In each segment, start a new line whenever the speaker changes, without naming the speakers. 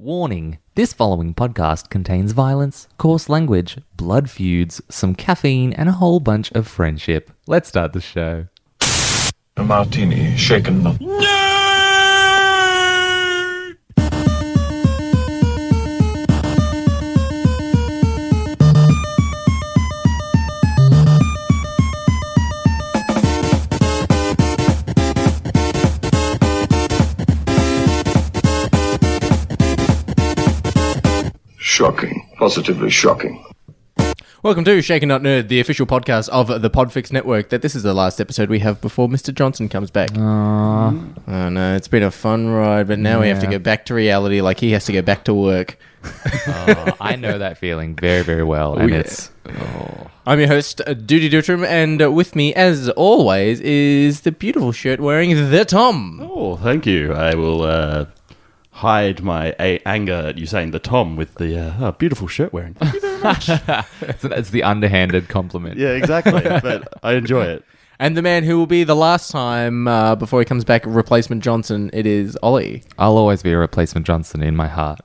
Warning this following podcast contains violence, coarse language, blood feuds, some caffeine, and a whole bunch of friendship. Let's start the show.
A martini, shaken, not. Shocking. Positively shocking.
Welcome to Shaken Not Nerd, the official podcast of the Podfix Network. That this is the last episode we have before Mr. Johnson comes back. Oh no, it's been a fun ride, but now we have to
Yeah.
go back to reality. Like he has to go back to work.
Oh, I know that feeling very, very well. And it's.
I'm your host, uh, Duty Dutrum, and uh, with me, as always, is the beautiful shirt wearing the Tom.
Oh, thank you. I will uh, hide my a- anger at you saying the Tom with the uh, oh, beautiful shirt wearing.
It's, it's the underhanded compliment.
yeah, exactly. But I enjoy it.
And the man who will be the last time uh, before he comes back, replacement Johnson. It is Ollie.
I'll always be a replacement Johnson in my heart.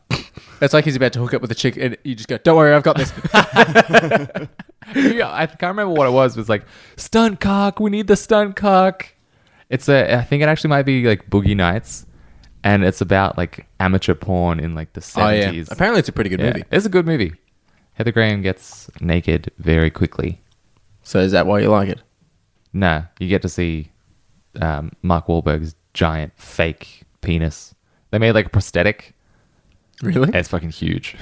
It's like he's about to hook up with a chick, and you just go, "Don't worry, I've got this."
yeah, I can't remember what it was. It was like, stunt cock, we need the stunt cock. It's a, I think it actually might be like Boogie Nights. And it's about like amateur porn in like the 70s.
oh yeah. Apparently, it's a pretty good
Yeah,
movie.
It's a good movie. Heather Graham gets naked very quickly.
So is that why you like it?
No, you get to see um, Mark Wahlberg's giant fake penis. They made like a prosthetic.
Really?
It's fucking huge.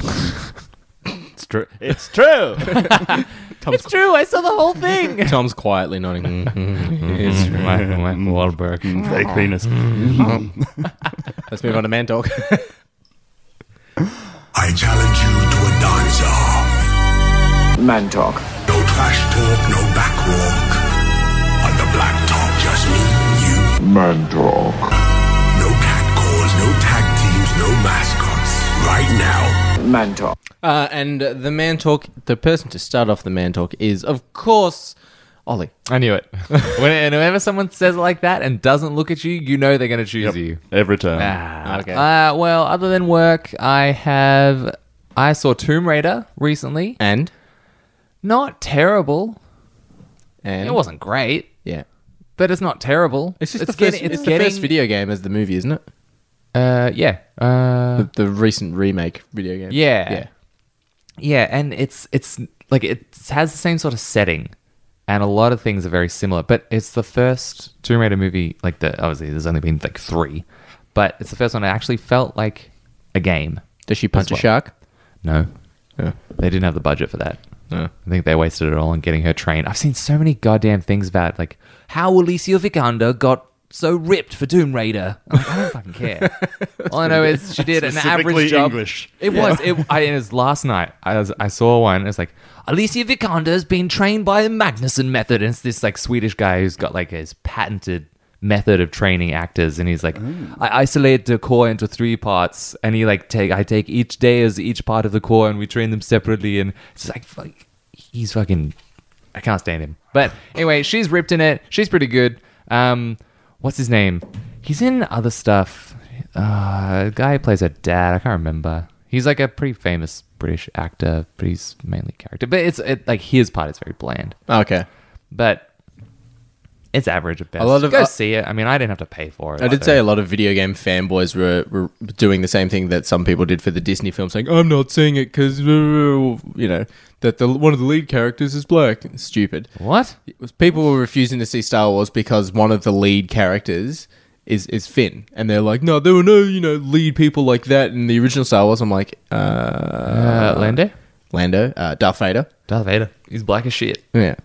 It's true. It's true.
it's true. I saw the whole thing.
Tom's quietly nodding. Mm-hmm.
it's true. Mark, Mark Wahlberg.
Fake penis.
Let's move on to Man Talk.
I challenge you to a dance off.
Man talk.
No trash talk, no backwalk. On the black top, just me and you.
Man talk.
No cat calls, no tag teams, no mascots. Right now,
Man talk.
Uh, and uh, the Man Talk, the person to start off the Man Talk is, of course, Ollie.
I knew it. when, whenever someone says it like that and doesn't look at you, you know they're going to choose you.
Every time.
Ah,
Okay.
Uh, well, other than work, I have. I saw Tomb Raider recently.
And?
Not terrible.
And?
It wasn't great.
Yeah.
but it's not terrible.
It's just the, first, it's the first video game as the movie, isn't it?
Uh, yeah, uh,
The, the recent remake video game.
Yeah.
Yeah.
yeah, and it's it's like it has the same sort of setting, and a lot of things are very similar. But it's the first Tomb Raider movie. Like the obviously there's only been like three, but it's the first one I actually felt like a game.
Does she punch
That's
a shark?
No,
Yeah.
they didn't have the budget for that.
Yeah.
I think they wasted it all on getting her trained. I've seen so many goddamn things about it, like how Alicia Vikander got so ripped for Tomb Raider. I'm like, I don't fucking care. all I know is she did an average
Specifically
job.
English.
It was. It, I, it was last night. I, was, I saw one. It's like Alicia Vikander has been trained by the Magnuson method. And it's this like Swedish guy who's got like his patented method of training actors. And he's like, I isolate the core into three parts, and he like take I take each day as each part of the core, and we train them separately. And it's just like, like he's fucking. I can't stand him. But anyway, she's ripped in it. She's pretty good. Um, what's his name? He's in other stuff. Uh, a guy who plays a dad. I can't remember. He's like a pretty famous British actor, but he's mainly character. But it's it, like his part is very bland.
Okay.
But it's average at best.
lot of-
go
uh,
see it. I mean, I didn't have to pay for it.
I did
so-
say a lot of video game fanboys were, were doing the same thing that some people did for the Disney film, saying, "I'm not seeing it because you know that the one of the lead characters is black." Stupid.
what?
It was- People were refusing to see Star Wars because one of the lead characters is is Finn, and they're like, "No, there were no you know lead people like that in the original Star Wars." I'm like, uh,
Uh, Lando,
Lando, uh, Darth Vader,
Darth Vader. He's black as shit.
yeah.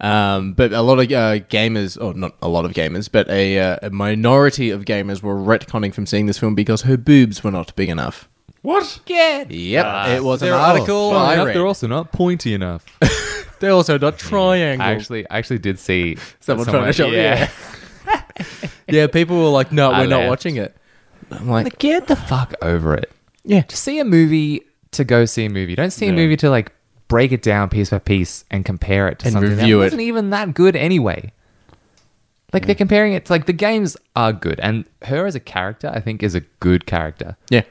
Um, but a lot of uh, gamers, or not a lot of gamers, but a, uh, a minority of gamers were retconning from seeing this film because her boobs were not big enough.
What?
Yep,
Ah.
it was an article I read.
They're also not pointy enough.
they're also not triangles.
I actually, I actually did see
Someone Photoshop- yeah. yeah, people were like, "No,
I
we're not
left.
watching it." I'm like,
Get the fuck over it.
Yeah.
Just see a movie to go see a movie. Don't see a movie to like break it down piece by piece and compare it to
And
something
review
that
it.
wasn't even that good anyway. Like they're comparing it to like the games are good and her as a character I think is a good character.
yeah.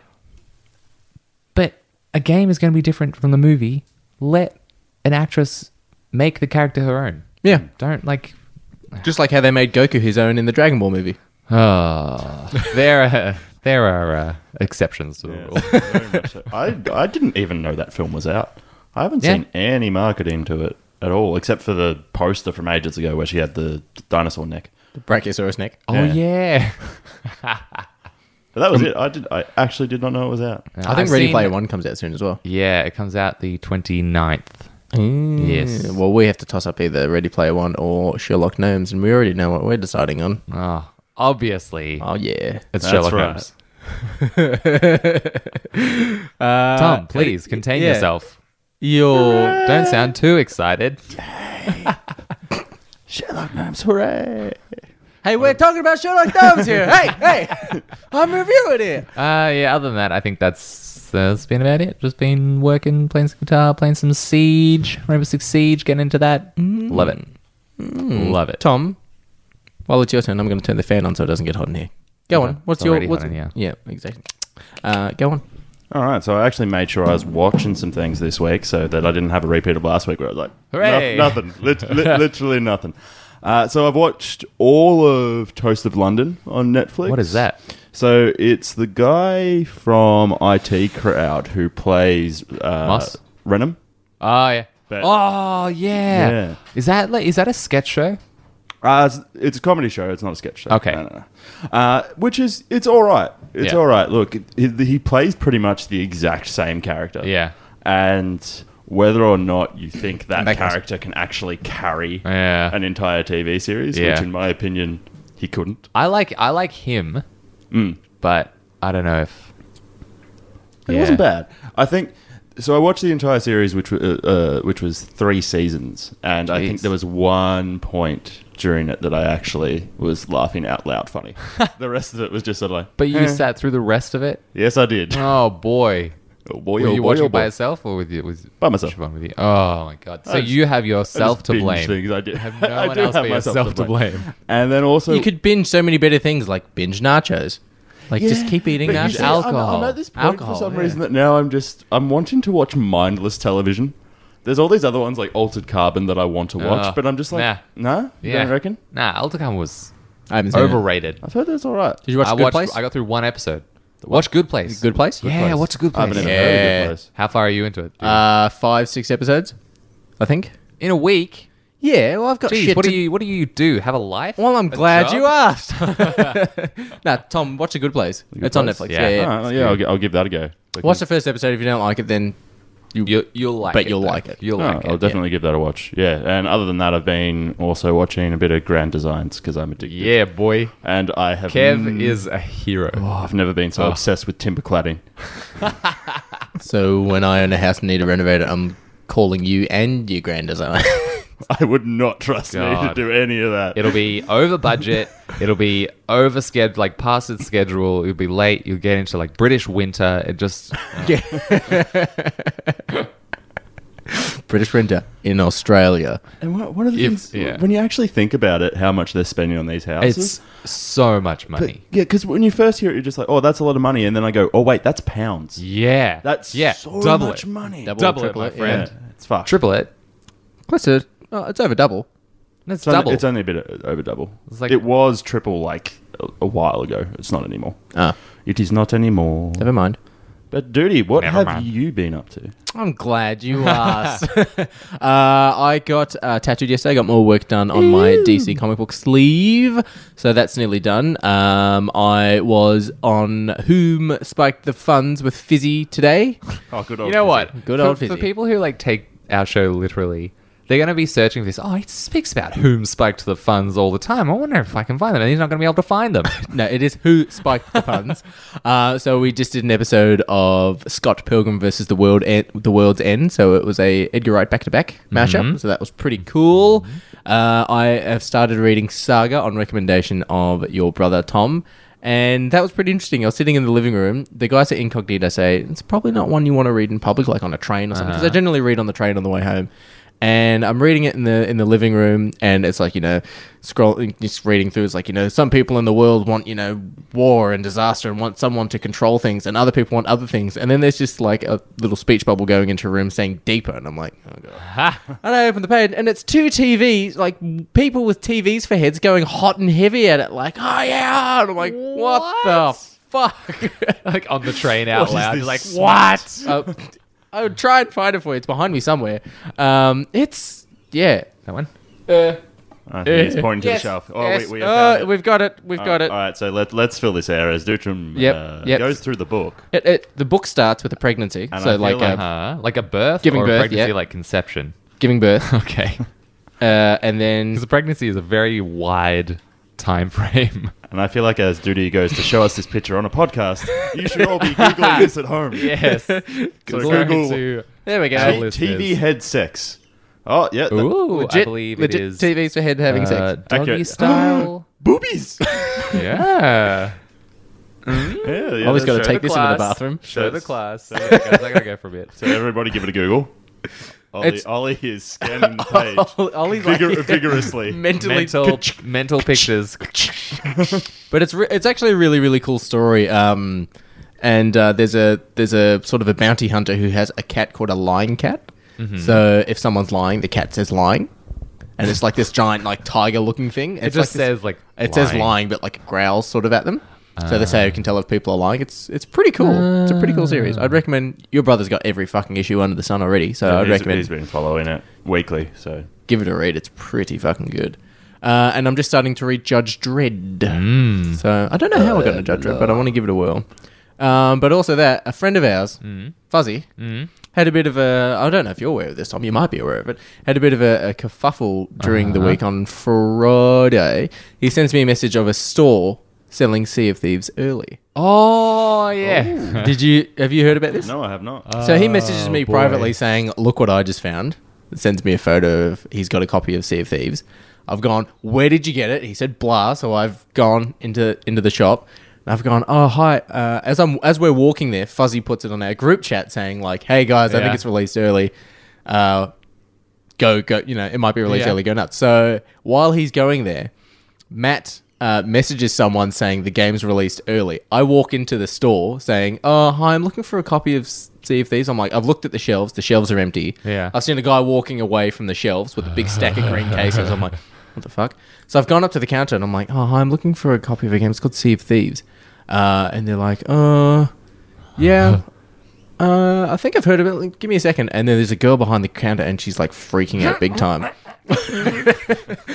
a game is going to be different from the movie, let an actress make the character her own.
Yeah.
Don't like.
Just like how they made Goku his own in the Dragon Ball movie.
Oh, there are there are uh, exceptions to the rule.
Very much so. I, I didn't even know that film was out. I haven't
Yeah.
seen any marketing to it at all, except for the poster from ages ago where she had the dinosaur neck.
The Brachiosaurus neck.
Oh yeah,
But that was it. I did. I actually did not know it was out.
I think
I've
Ready
seen-
Player One comes out soon as well.
Yeah, it comes out the 29th.
Mm.
Yes.
Yeah, Well, we have to toss up either Ready Player One or Sherlock Gnomes, and we already know what we're deciding on.
Oh, obviously,
Oh yeah.
it's
That's
Sherlock
right.
Holmes.
Uh,
Tom, please contain
yeah.
yourself.
Your
Don't sound too excited.
Sherlock Holmes, hooray!
Hey, we're talking about Sherlock Gnomes here. hey, hey, I'm reviewing it.
Uh, yeah. Other than that, I think that's that's been about it. Just been working, playing some guitar, playing some Siege, Rainbow Six Siege, getting into that.
Mm.
Love it. Love it.
Tom, while it's your turn, I'm going to turn the fan on so it doesn't get hot in here. Go
Okay.
on. What's
It's
your
already
what's,
hot in here.
Yeah, exactly. Uh, go on.
All right, so I actually made sure I was watching some things this week so that I didn't have a repeat of last week where I was like, "No-
Hooray."
nothing, lit- lit- literally nothing. Uh, so I've watched all of Toast of London on Netflix.
What is that?
So it's the guy from IT Crowd who plays uh,
Moss?
Renham.
Oh yeah.
But-
oh yeah.
Yeah.
Is that like is that a sketch show?
Uh, it's, it's a comedy show. It's not a sketch show.
Okay.
No, no, no. Uh, which is it's all right. It's
Yeah.
all right. Look, he, he plays pretty much the exact same character.
Yeah.
And whether or not you think that
That goes-
character can actually carry
Yeah.
an entire TV series,
Yeah.
which in my opinion he couldn't.
I like I like him, but I don't know if
Mm. It wasn't bad. I think so. I watched the entire series, which wa- uh, uh, which was three seasons, and I think
Jeez.
there was one point during it that I actually was laughing out loud funny. the rest of it was just sort of like,
But you
eh.
sat through the rest of it.
Yes, I did.
Oh boy.
Oh boy,
Were
oh
you
boy,
watching
oh
it by
boy.
yourself or with you? With
By myself.
Siobhan With you? Oh my god! So
I just-
you have yourself
Just
to
binge
blame.
Things I did. Have
no one else but yourself to blame.
And then also,
you could binge so many better things like binge nachos. Like just
Yeah,
keep eating
but you
Binge
see,
nachos.
I'm-
alcohol.
I'm, at this point
Alcohol,
for some
yeah.
reason that now I'm just I'm wanting to watch mindless television. There's all these other ones like Altered Carbon that I want to watch,
Uh,
but I'm just like,
nah.
nah,
yeah,
yeah, I reckon.
Nah, Alticon was
I haven't seen it.
overrated.
I've heard that's all right.
Did you watch
I
Good
watched.
Place?
I got through one episode. Watch Good Place.
Good Place.
yeah,
Good Place.
what's a good
I
place?
haven't even
Yeah.
heard of this place.
How far are you into it? dude?
uh, five, six episodes, I think.
In a week.
Yeah, well, I've got
Jeez,
shit
what
to
do you what do you do? Have a life?
Well, I'm
A
glad
job?
you asked. nah, Tom, watch A Good Place. it's on
Place?
Netflix.
Yeah.
Yeah, yeah.
All right, yeah, I'll, gi- I'll give that a go.
Watch the first episode. If you don't like it, then you,
You, you'll like
But
it.
you'll
though.
like it.
You'll
Oh,
like
I'll
it.
definitely give that a watch. Yeah, and other than that, I've been also watching a bit of Grand Designs because I'm addicted.
Yeah, boy.
and I have
Kev
n-
is a hero.
Mm. Oh, I've never been so
Oh.
obsessed with timber cladding.
So when I own a house and need to renovate it, I'm calling you and your grand designer.
I would not trust me
God.
to do any of that.
It'll be over budget. It'll be over scheduled, like past its schedule. You'll be late. You'll get into like British winter. It just
British renter in Australia.
and what, one of the
If-
things
yeah.
when you actually think about it, how much they're spending on these houses.
it's so much
But-
money.
yeah, because when you first hear it, you're just like, "Oh, that's a lot of money," and then I go, "Oh, wait, that's pounds.
yeah,
That's
yeah,
so
double
much
it.
money.
Double,
double it,
triple
my
it, yeah.
friend.
Yeah, it's fucked.
Triple it.
What's it? Oh, it's over double.
That's
It's only-
double.
it's only a bit o- over double.
It's like-
it was triple like a, a while ago. It's not anymore.
Ah,
It is not anymore.
never mind.
But Duty, what
Never
have
mind.
you been up to?
I'm glad you asked. uh, I got uh, tattooed yesterday. I got more work done on my DC comic book sleeve, so that's nearly done. Um, I was on Whom Spiked the Funds with Fizzy today.
Oh, good
you know what?
Good
for,
old
for
fizzy.
people who like take our show literally. They're going to be searching for this. Oh, it speaks about whom spiked the funds all the time. I wonder if I can find them. And he's not going to be able to find them.
No, it is who spiked the funds. uh, so we just did an episode of Scott Pilgrim versus the world, en- the world's end. So it was a Edgar Wright back to back mashup. So that was pretty cool. Uh, I have started reading Saga on recommendation of your brother Tom, and that was pretty interesting. I was sitting in the living room. The guys at Uh-huh. Incognito say it's probably not one you want to read in public, like on a train or something, because I generally read on the train on the way home. and I'm reading it in the in the living room, and it's like you know, scrolling just reading through. It's like you know, some people in the world want you know war and disaster and want someone to control things, and other people want other things. And then there's just like a little speech bubble going into a room saying deeper, and I'm like, oh god. And I open the page, and it's two TVs, like people with TVs for heads going hot and heavy at it, like oh yeah, and I'm like, what, the fuck?
like on the train out loud. You're like,
this
what?
Uh, I would try and find it for you. It's behind me somewhere. Um, it's yeah.
That one?
I think it's pointing to
Yes,
the shelf. Oh,
yes.
wait, we have
Uh,
found it.
we've got it. We've got it.
All right, so let, let's fill this out as Dutram
Yep,
uh,
yep.
goes through the book.
It, it. The book starts with a pregnancy,
And I
so
feel
like,
like-
uh,
Uh, like a birth
Giving
or a
birth,
pregnancy
yeah.
like conception.
giving birth, uh,
Okay.
and then
Because a pregnancy is a very wide time frame.
And I feel like as Duty goes to show us this picture on a podcast, you should all be Googling this at home.
Yes. so
Google
there we go.
Hey,
T-
listeners.
TV head sex. Oh, yeah. that-
Ooh, I
Legit-
believe
legit
it is.
TVs for head having
uh,
sex.
doggy
Accurate.
style.
Boobies.
yeah.
yeah, yeah,
I always got
that's
to
right.
take this into the
class.
bathroom.
Show the
That's-
class. I gotta go for a bit.
So everybody give it a Google. Ollie,
It's-
Ollie is scanning the page
Ollie's like-
vigor- vigorously.
mentally
Mental, mental pictures.
But it's re- it's actually a really really cool story. Um, and uh, there's a there's a sort of a bounty hunter who has a cat called a lying cat. So if someone's lying, the cat says lying, and it's like this giant like tiger looking thing.
It
It's
just
like this-
says like
it says lying, but like growls sort of at them. So that's how you can tell if people are lying. It's it's pretty cool. It's a pretty cool series. I'd recommend. Your brother's got every fucking issue under the sun already, so I'd
He's-
Uh, recommend
he's been following it weekly, so
give it a read. It's pretty fucking good. Uh, and I'm just starting to read Judge Dredd. So I don't know how I got into Judge Dredd, but I want to give it a whirl. Um, but also that a friend of ours, Fuzzy, had a bit of a. I don't know if you're aware of this, Tom. You might be aware of it. Had a bit of a, a kerfuffle during the week on Friday. He sends me a message of a store selling Sea of Thieves early.
Oh yeah.
Did you? Have you heard about this?
no, I have not.
So he messages me
Oh, boy.
privately saying, "Look what I just found." Sends me a photo of he's got a copy of Sea of Thieves. I've gone, "Where did you get it?" He said, "Blah." So I've gone into into the shop. And I've gone, "Oh hi." Uh, as I'm as we're walking there, Fuzzy puts it on our group chat saying, "Like, hey guys, I
Yeah.
think it's released early. Uh, go go. You know, it might be released
Yeah.
early. Go nuts." So while he's going there, Matt uh, messages someone saying the game's released early. I walk into the store saying, "Oh, hi, I'm looking for a copy of S- Sea of Thieves." I'm like, "I've looked at the shelves. The shelves are empty."
Yeah.
I've seen a guy walking away from the shelves with a big stack of green cases. I'm like, "What the fuck?" So I've gone up to the counter and I'm like, "Oh, hi, I'm looking for a copy of a game. It's called Sea of Thieves," uh, and they're like, "Uh, yeah." Uh, I think I've heard of it. Like, Give me a second. And then there's a girl behind the counter, and she's like freaking out big time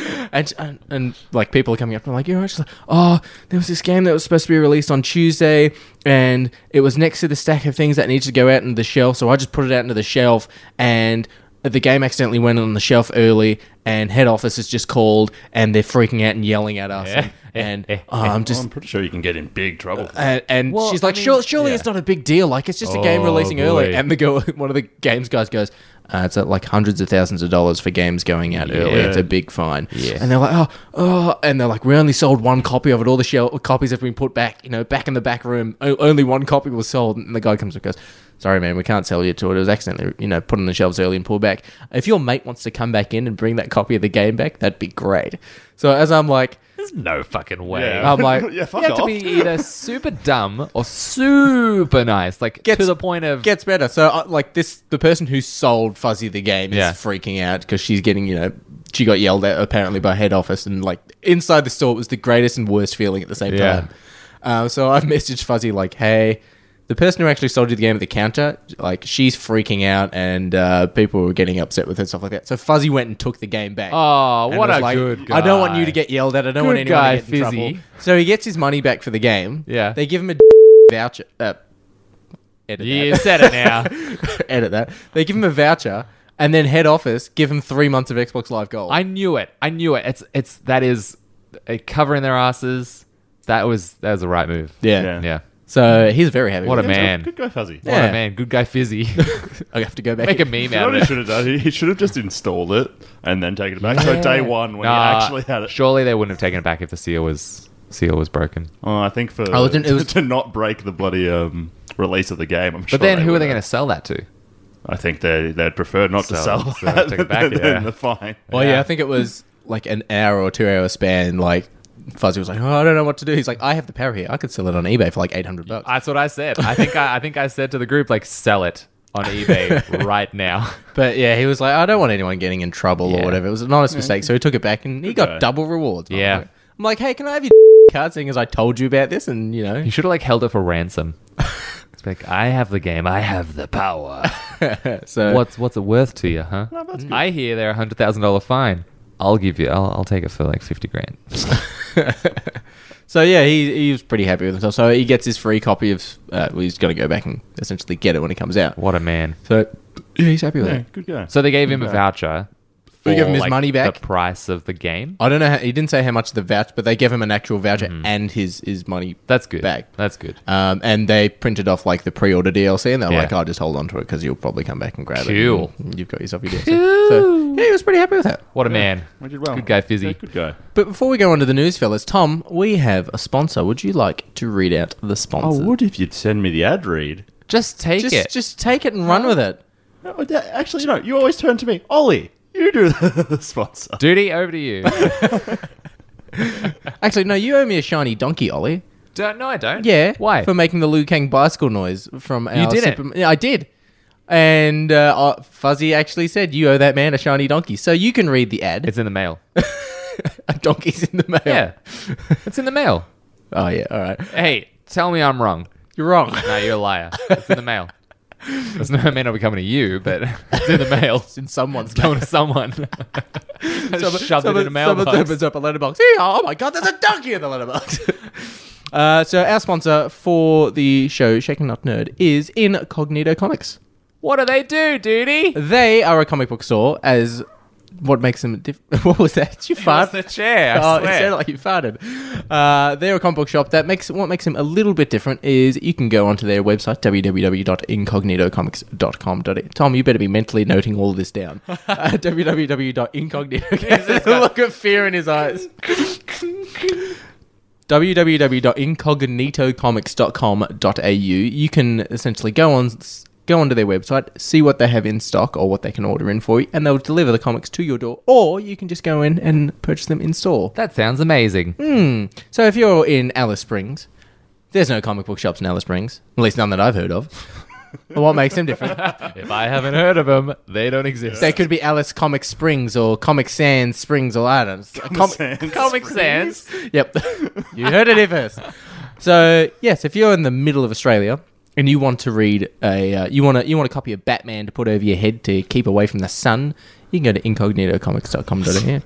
and, and and like people are coming up and like you know, just like oh, there was this game that was supposed to be released on Tuesday, and it was next to the stack of things that needed to go out into the shelf, so I just put it out into the shelf, and the game accidentally went on the shelf early, and head office is just called, and they're freaking out and yelling at us,
Yeah.
and, and oh, I'm
Well, I'm
just. Uh,
pretty sure you can get in big trouble.
And, and
Well,
she's like,
I mean-
"Sure- surely
yeah.
it's not a big deal. Like, it's just a game
Oh,
releasing
boy.
early. And the girl, one of the games guys goes, uh, it's at like hundreds of thousands of dollars for games going out early.
Yeah.
It's a big fine.
Yeah.
And they're like, oh, oh, and they're like, we only sold one copy of it. All the shell copies have been put back, you know, back in the back room. O- only one copy was sold. And the guy comes up and goes, sorry, man, we can't sell you to it. It was accidentally, you know, put on the shelves early and pulled back. If your mate wants to come back in and bring that copy of the game back, that'd be great. So as I'm like,
There's no fucking way.
Yeah.
I'm like,
Yeah, fuck
you have to
off.
be either super dumb or super nice, like
Gets-
to the point of
gets better. So, uh, like this, the person who sold Fuzzy the game
Yeah.
is freaking out because she's getting, you know, she got yelled at apparently by head office, and like inside the store, it was the greatest and worst feeling at the same
Yeah.
time. Uh, so I've messaged Fuzzy like, "Hey, the person who actually sold you the game at the counter, like, she's freaking out, and uh, people were getting upset with her and stuff like that." So Fuzzy went and took the game back.
Oh,
And
what
was
a good
I don't want
guy.
you to get yelled at. I don't want
Good
anyone
guy,
to get in
Fizzy.
trouble. So he gets his money back for the game.
Yeah.
they give him a voucher. Uh, edit that
You said it now.
edit that. They give him a voucher, and then head office give him three months of Xbox Live Gold.
I knew it. I knew it. It's it's that is uh, covering their asses. That was that was the right move.
Yeah.
Yeah.
So he's very happy.
What a
with it.
man.
Good
What
guy, Fuzzy.
Yeah.
a man. Good guy Fizzy.
I have to go back.
Make a
and-
meme
You know
out
what he
of it.
should have done? He- He should have just installed it and then taken it back. So day one when
Nah,
he actually had it.
Surely they wouldn't have taken it back if the seal was seal was broken.
Oh, I think for
Oh, it didn't- it was-
to not break the bloody um, release of the game. I'm
But
sure
then who are they going
would
to
have.
sell that to?
I think they they'd prefer not to
Sell,
sell
so
that
take it back,
than
yeah.
the fine.
Well, Oh, yeah. I think it was like an hour or two hour span. Like Fuzzy was like, "Oh, I don't know what to do." He's like, "I have the power here. I could sell it on eBay for like eight hundred bucks."
That's what I said. I think I, I think I said to the group like sell it on eBay right now.
But yeah, he was like, "I don't want anyone getting in trouble or whatever." It was an honest mistake, so he took it back and he got
guy.
double rewards. I'm
Yeah.
like- I'm like, "Hey, can I have your card?" Seeing as I told you about this, and you know,
You should have like held it for ransom. It's like I have the game. I have the power.
so
What's what's it worth to you, huh? Mm. I hear they're a hundred thousand dollar fine. I'll give you. I'll, I'll take it for like fifty grand.
So yeah, he, he was pretty happy with himself. So he gets his free copy of. Uh, well, he's going to go back and essentially get it when it comes out.
What a man!
So yeah, he's happy with
Yeah,
it.
good guy.
So they gave him a voucher.
They gave him
for,
his money back? Oh,
The price of the game.
I don't know. How, he didn't say how much the voucher, but they gave him an actual voucher
Mm-hmm.
and his his money.
That's good.
Back.
That's good.
Um, and they printed off like the pre-order DLC, and they're
Yeah.
like, "I'll just hold on to it because you'll probably come back and grab
Cool.
it." and You've got yourself your DLC. So yeah, he was pretty happy with that.
What a man!
We did well.
Good guy,
Yeah,
Fizzy.
good guy.
But before we go on to the news, fellas, Tom, we have a sponsor. Would you like to read out the
I
sponsor?
would Oh, if you'd send me the ad read.
Just take
just
it.
just take it and run with it.
No, that- actually, no. You always turn to me, Ollie. You do the sponsor.
Duty over to you.
Actually, no, you owe me a shiny donkey, Ollie.
don't no, I don't.
Yeah.
Why?
For making the Liu Kang bicycle noise from our.
didn't.
Superm- yeah, I did. And uh, uh, Fuzzy actually said, "You owe that man a shiny donkey." So you can read the ad.
it's in the mail.
a donkey's in the mail.
Yeah, it's in the mail.
Oh yeah. All right.
Hey, tell me I'm wrong.
You're wrong.
No, you're a liar. It's in the mail. There's no it may not be coming to you, but it's in the mail.
it's in someone's
Going to someone. Someone, shoved it in a
someone
mailbox.
opens up a letterbox. Hee-haw, Oh my god, there's a donkey in the letterbox. uh, so our sponsor for the show Shaken Not Nerd is Incognito Comics.
What do they do, duty?
They are a comic book store as what makes them diff- what was that? Did you
Pass
fart?
the chair. I
Oh, it
swear.
sounded like you farted. Uh, they're a comic book shop that makes what makes them a little bit different is you can go onto their website www.incognitocomics.com. Tom, you better be mentally noting all this down. Uh, www.incognito. the look of fear in his eyes. www.incognitocomics.com.au. You can essentially go on go onto their website, see what they have in stock or what they can order in for you, and they'll deliver the comics to your door, or you can just go in and purchase them in store.
that sounds amazing.
So if you're in Alice Springs, there's no comic book shops in Alice Springs, at least none that I've heard of. what makes them different?
If I haven't heard of them, they don't exist.
They could be Alice Comic Springs or Comic Sans Springs or I don't know. Comic-
Comic Sans.
Yep. you heard it here first. So, yes, if you're in the middle of Australia and you want to read a uh, you want to you want a copy of Batman to put over your head to keep away from the sun, you can go to incognitocomics.com.au.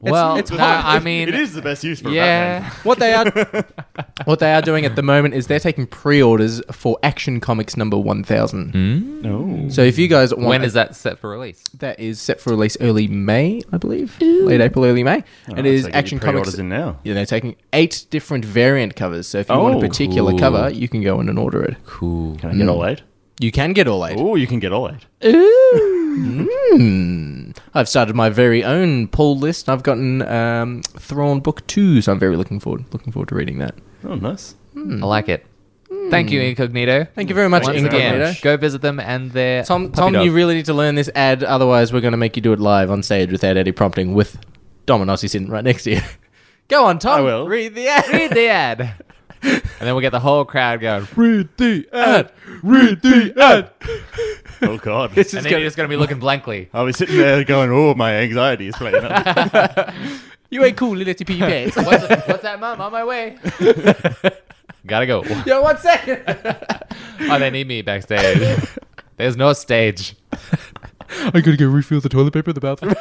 Well,
it's
no,
hot.
I mean,
it is the best use for
yeah.
Batman.
What they are what they are doing at the moment is they're taking pre-orders for Action Comics number 1000.
No.
So, if you guys want
Hmm. When is that set for release?
that is set for release early May, I believe. Late April, early May. it is Action Comics
in now.
Yeah, they're taking eight different variant covers. So if you want a
Oh,
particular
cool.
cover, you can go in and order it.
Cool.
Can I get all eight?
You can get all eight.
Oh, you can get all eight.
Mm. I've started my very own pull list. I've gotten um, Thrawn Book Two, so I'm very looking forward looking forward to reading that.
Oh, nice.
Hmm. I like it. Hmm. Thank you, Incognito.
Thank you very much,
Once
Incognito.
again, go visit them and their
Tom,
puppy
Tom,
dog.
you really need to learn this ad. Otherwise, we're going to make you do it live on stage without any prompting. With Dominossi sitting right next to you. go on, Tom.
I will.
read the ad.
read the ad. And then we'll get the whole crowd going.
Read the ad. Read the ad.
Oh, God.
And then you're just going to be looking blankly.
I'll be sitting there going, oh, my anxiety is playing up.
You ain't cool, little
E
pee pants.
What's, what's that, mum? On my way. Gotta go.
Yo, one second.
Oh, they need me backstage. There's no stage.
I gotta go refill the toilet paper in the bathroom.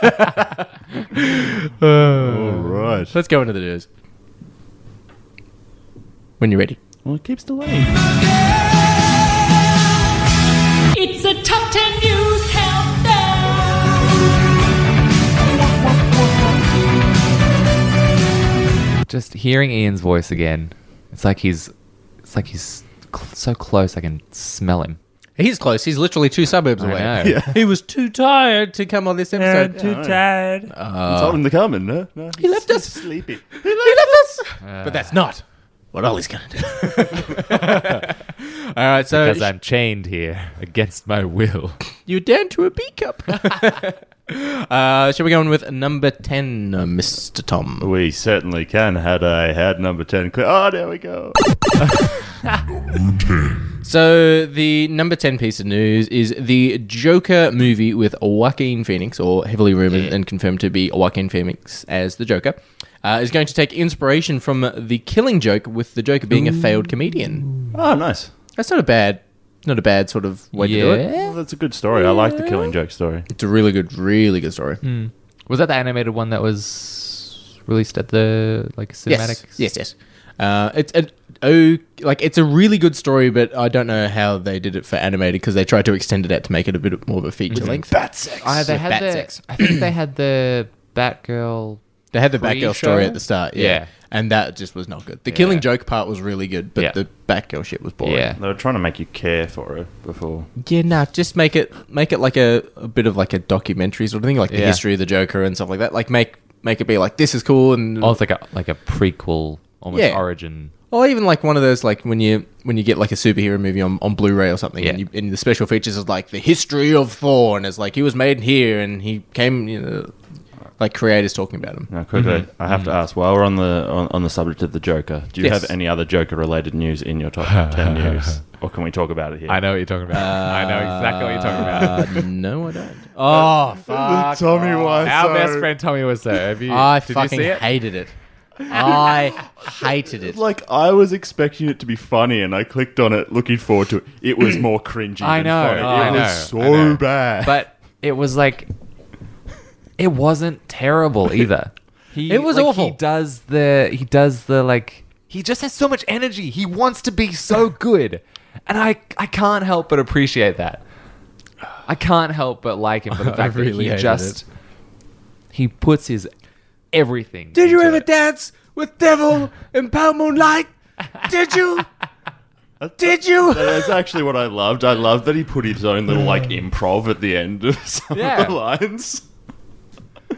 all right.
Let's go into the news. When you're ready.
Well, it keeps delaying.
It's a top 10 news countdown.
Just hearing Ian's voice again. It's like he's, it's like he's cl- so close. I can smell him.
He's close. He's literally two suburbs
I
away.
know.
He was too tired to come on this episode.
tired.
Uh.
I told him to come, and no, no. He
left Oh. us.
sleepy.
He left us. Uh. but that's not what Ollie's gonna do. All right, so
Uh, Because I'm chained here against my will.
You're down to a B cup. uh, shall we go on with number 10, uh, Mr. Tom?
We certainly can. Had I had number 10 clear. Oh, there we go.
So, the number 10 piece of news is the Joker movie with Joaquin Phoenix, or heavily rumored and confirmed to be Joaquin Phoenix as the Joker, uh, is going to take inspiration from the killing joke with the Joker being a failed comedian.
Oh, nice.
That's not a bad. Not a bad sort of way to do it.
Well, that's a good story. I like the killing joke story.
It's a really good, really good story.
Was that the animated one that was released at the like cinematic?
Yes, yes, yes. Uh, it's an oh, like it's a really good story, but I don't know how they did it for animated because they tried to extend it out to make it a bit more of a feature length.
Bat sex.
I, Oh, they
With
had
bat
the,
sex.
I think they had the Batgirl.
They had the Batgirl story
Pre-show?
at the start, yeah.
Yeah.
and that just was not good. The Killing Joke part was really good, but
Yeah.
the Batgirl shit was boring.
Yeah.
They were trying to make you care for her before.
yeah, nah, just make it make it like a, a bit of like a documentary sort of thing, like the
Yeah.
history of the Joker and stuff like that. Like make make it be like this is cool and
Oh, it's like a like a prequel, almost
Yeah.
origin.
Or even like one of those like when you when you get like a superhero movie on, on Blu-ray or something, and,
Yeah.
you, and the special features is like the history of Thor, and it's like he was made here and he came, you know, like creators talking about him.
Now, quickly, I have to ask. While we're on the on, on the subject of the Joker, do you
Yes.
have any other Joker-related news in your top ten news, or can we talk about it here?
know what you're talking about. I know exactly what you're talking
Uh, no, I don't. Oh fuck!
Tommy was
Ah, Our best friend Tommy was there. Have you,
I
did
fucking
you see it?
hated it. I hated it.
Like I was expecting it to be funny, and I clicked on it looking forward to it. It was more cringy.
I
than
know, Oh,
funny.
I
it
know,
was
I
so
know.
bad.
but it was like it wasn't terrible either. He,
It was
like,
awful.
He does the he does the like he just has so much energy. He wants to be so good, and I I can't help but appreciate that. I can't help but like him for the
I
fact
really
that
hated
he just he puts his everything.
Did you
into
ever
it.
dance with Devil in Pale Moonlight? Did you? Did you?
That's actually what I loved. I loved that he put his own little like improv at the end of some
Yeah.
of the lines.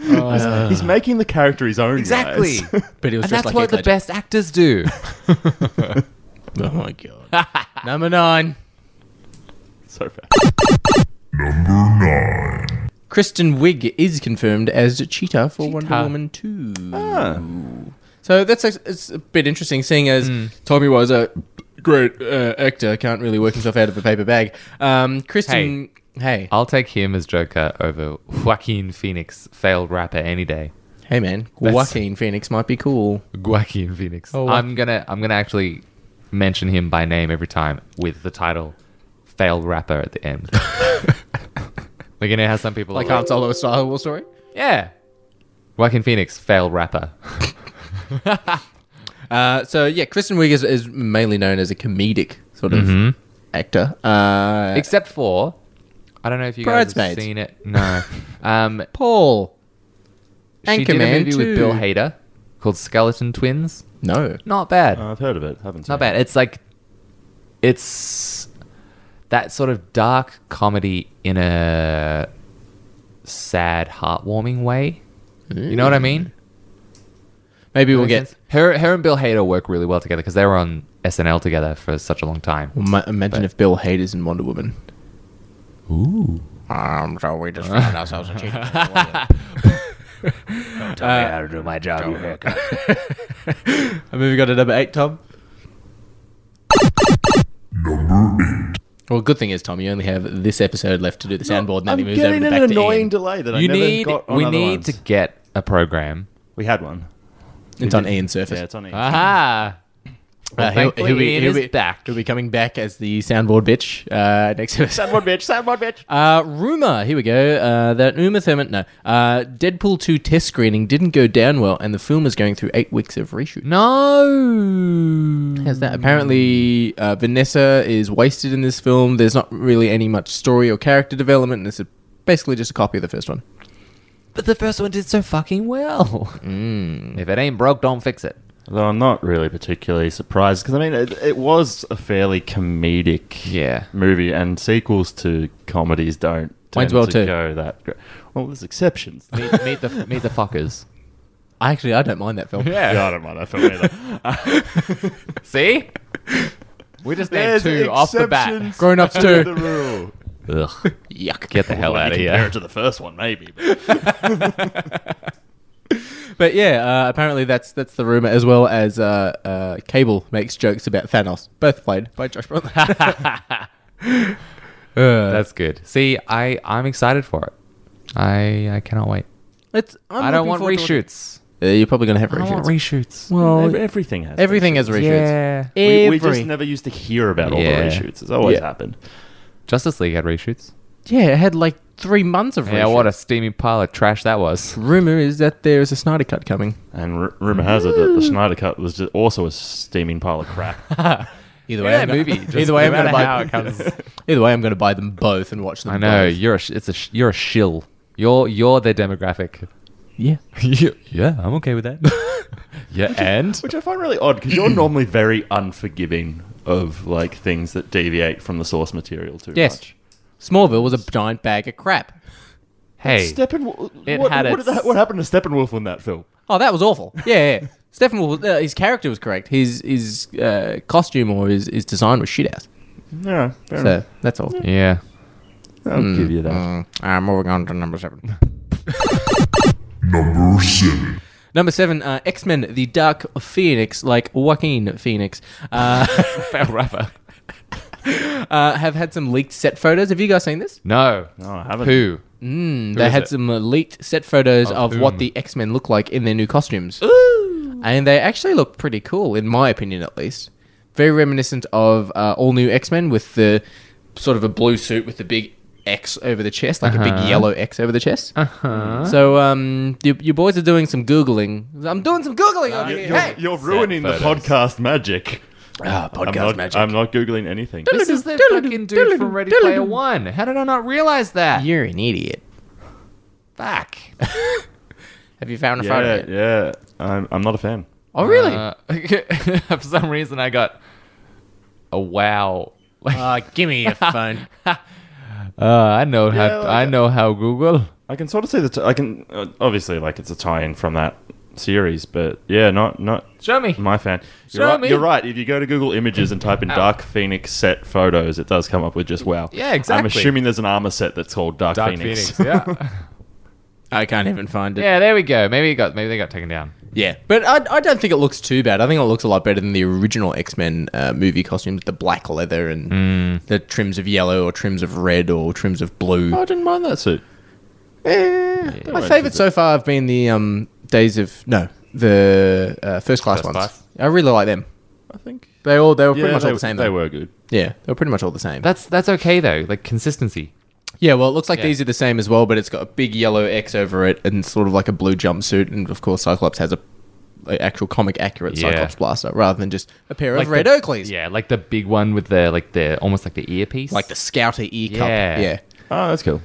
Oh, he's, he's making the character his own.
Exactly,
guys.
But it was
and
just
that's
like
what
Heath
the
Ledger.
best actors do.
Oh my god. Number nine.
so bad.
Kristen Wiig is confirmed as Cheetah Ah. for Wonder
Cheetah.
Woman 2. So that's a, it's a bit interesting, seeing as Tommy was a great uh, actor, can't really work himself out of a paper bag. Um, Kristen, hey, Uh, hey,
I'll take him as Joker over Joaquin Phoenix, failed rapper, any day.
man,
That's-
Joaquin Phoenix might be cool.
Joaquin Phoenix.
Oh,
I'm gonna I'm gonna actually mention him by name every time with the title "Failed Rapper" at the end. like you know how some people
Like
are
Han Solo, a Star Wars story.
yeah, Joaquin Phoenix, failed rapper.
Uh, so yeah, Kristen Wiig is, is mainly known as a comedic sort of actor. Uh,
Except for, I don't know if you guys have
Bridesmaids.
seen it. No, um,
Paul.
she did a
Anchorman
movie with
2.
Bill Hader called Skeleton Twins.
No.
Not bad.
Uh, I've heard of it. Haven't
Not bad. It's like it's that sort of dark comedy in a sad, heartwarming way. You know what I mean?
Maybe we'll
Makes
get
sense? her. Her and Bill Hader work really well together because they were on SNL together for such a long time.
Well, ma- imagine if Bill Hader's in Wonder Woman. Ooh. Um, so we just found ourselves a cheat.
how to do my job.
I'm moving on to number eight, Tom. Number eight. Well, good thing is, Tom, you only have this episode left to do the soundboard. Now he
I'm
moves over
getting
to
an
back to
annoying
Ian.
delay that I
You
never
need.
got on
We
other
need
ones.
to get a program.
We had one.
It's on Ian's surface. Uh,
Yeah, it's on it.
Aha. Well, thankfully, Ian is back.
He'll be coming back as the soundboard bitch uh, next episode.
Soundboard bitch, soundboard bitch.
Uh, rumor, here we go. Uh, that Uma Thurman, no, uh, Deadpool 2 test screening didn't go down well, and the film is going through eight weeks of reshoot.
No.
Has that apparently uh, Vanessa is wasted in this film? There's not really any much story or character development, and it's a, basically just a copy of the first one.
But the first one did so fucking well. If it ain't broke, don't fix it.
Though I'm not really particularly surprised because I mean it, it was a fairly comedic
Yeah.
movie, and sequels to comedies don't
Wayne's
tend
World
to
too.
go that great. Well, there's exceptions.
Meet, meet the meet the fuckers.
Actually, I don't mind that film.
Yeah, I don't mind that film either.
See? We just named
There's
two off the bat.
exceptions
Grown Ups
to the
2.
rule.
Ugh.
Yuck.
Get the hell out of
Compare
here.
it to the first one, maybe. But
But yeah, uh, apparently that's that's the rumor, as well as uh, uh, Cable makes jokes about Thanos, both played by Josh Brolin. Uh,
That's good. See, I, I'm excited for it. I I cannot wait.
it's, I'm
I don't
looking
want
forward to-
reshoots.
Uh, you're probably gonna have
I don't want
reshoots.
reshoots.
Well,
Ev- everything has.
everything has reshoots.
Yeah.
We, we
Every-
just never used to hear about all
Yeah.
the reshoots. It's always
Yeah.
happened.
Justice League had reshoots.
yeah, it had like three months of reshoots.
Yeah, what a steamy pile of trash that was.
rumor is that there is a Snyder cut coming.
And r- rumor has it that the Snyder Cut was just also a steaming pile of crap.
Either way,
Yeah,
I'm
that
gonna-
movie.
either way, I'm
no
gonna
matter
buy.
how it comes.
Either way, I'm gonna buy them both and watch them.
I know
both.
you're a sh- it's a sh- you're a shill. You're you're their demographic.
Yeah.
yeah, yeah, I'm okay with that. yeah, and
Which I find really odd because you're normally very unforgiving of like things that deviate from the source material too
Yes.
much.
Smallville was a giant bag of crap.
hey,
Steppenwolf.
It
what,
had
what,
its-
did that- what happened to Steppenwolf in that film?
Oh, that was awful. Yeah, yeah. Steppenwolf, uh, his character was correct. His his uh, costume or his, his design was shit out.
Yeah, fair
So that's all.
yeah,
I'll give you that.
Uh, moving on to number seven.
Number seven.
Number seven, uh, X Men: The Dark Phoenix, like Joaquin Phoenix, uh,
rapper.
uh, have had some leaked set photos. Have you guys seen this?
No,
No, I haven't.
who?
they
is
had
it?
some uh, leaked set photos of,
whom?
what the X Men look like in their new costumes, and they actually look pretty cool, in my opinion, at least. Very reminiscent of uh, all new X Men with the sort of a blue suit with the big X over the chest, like a big yellow X over the chest. Uh-huh. So, um, you, you boys are doing some googling. I'm doing some googling over here.
You're,
hey,
you're ruining the
photos.
podcast magic.
Ah, podcast
I'm not, I'm not googling anything.
This is the fucking dude from Ready Player One. How did I not realize that?
You're an idiot.
Fuck.
Have you found a photo?
Yeah,
yet?
yeah. I'm, I'm not a fan.
Oh, really?
Uh, for some reason, I got a wow. Like,
give me your phone.
uh, I know
Yeah,
how
like
I know how Google.
I can sort of say that I can uh, obviously like it's a tie-in from that series, but yeah, not not
Show me.
my fan.
Show
You're right,
me.
you're right. If you go to Google Images and type in Dark Phoenix set photos, it does come up with just wow.
Yeah, exactly.
I'm assuming there's an armor set that's called Dark,
Dark
Phoenix.
Phoenix. Yeah.
I can't even find it. Yeah,
yeah. There we go. Maybe it got. Maybe they got taken down.
but I, I don't think it looks too bad. I think it looks a lot better than the original X Men uh, movie costumes, the black leather and
Mm.
the trims of yellow or trims of red or trims of blue.
Oh, I didn't mind that suit.
Eh, my
Yeah.
favourite so far have been the um, Days of no the uh, first class
First
ones.
Class.
I really like them.
I think.
They all they were pretty much
they,
all the same.
They
though.
were good.
Yeah, they were pretty much all the same.
That's that's okay though. Like consistency.
Yeah, well, it looks like
Yeah.
these are the same as well, but it's got a big yellow X over it and sort of like a blue jumpsuit. And of course, Cyclops has a, a actual comic accurate
Yeah.
Cyclops blaster rather than just a pair
Like
of red
the,
Oakleys.
Yeah, like the big one with the like the almost like the earpiece.
Like the scouter E cup.
Yeah.
Yeah.
Oh, that's cool.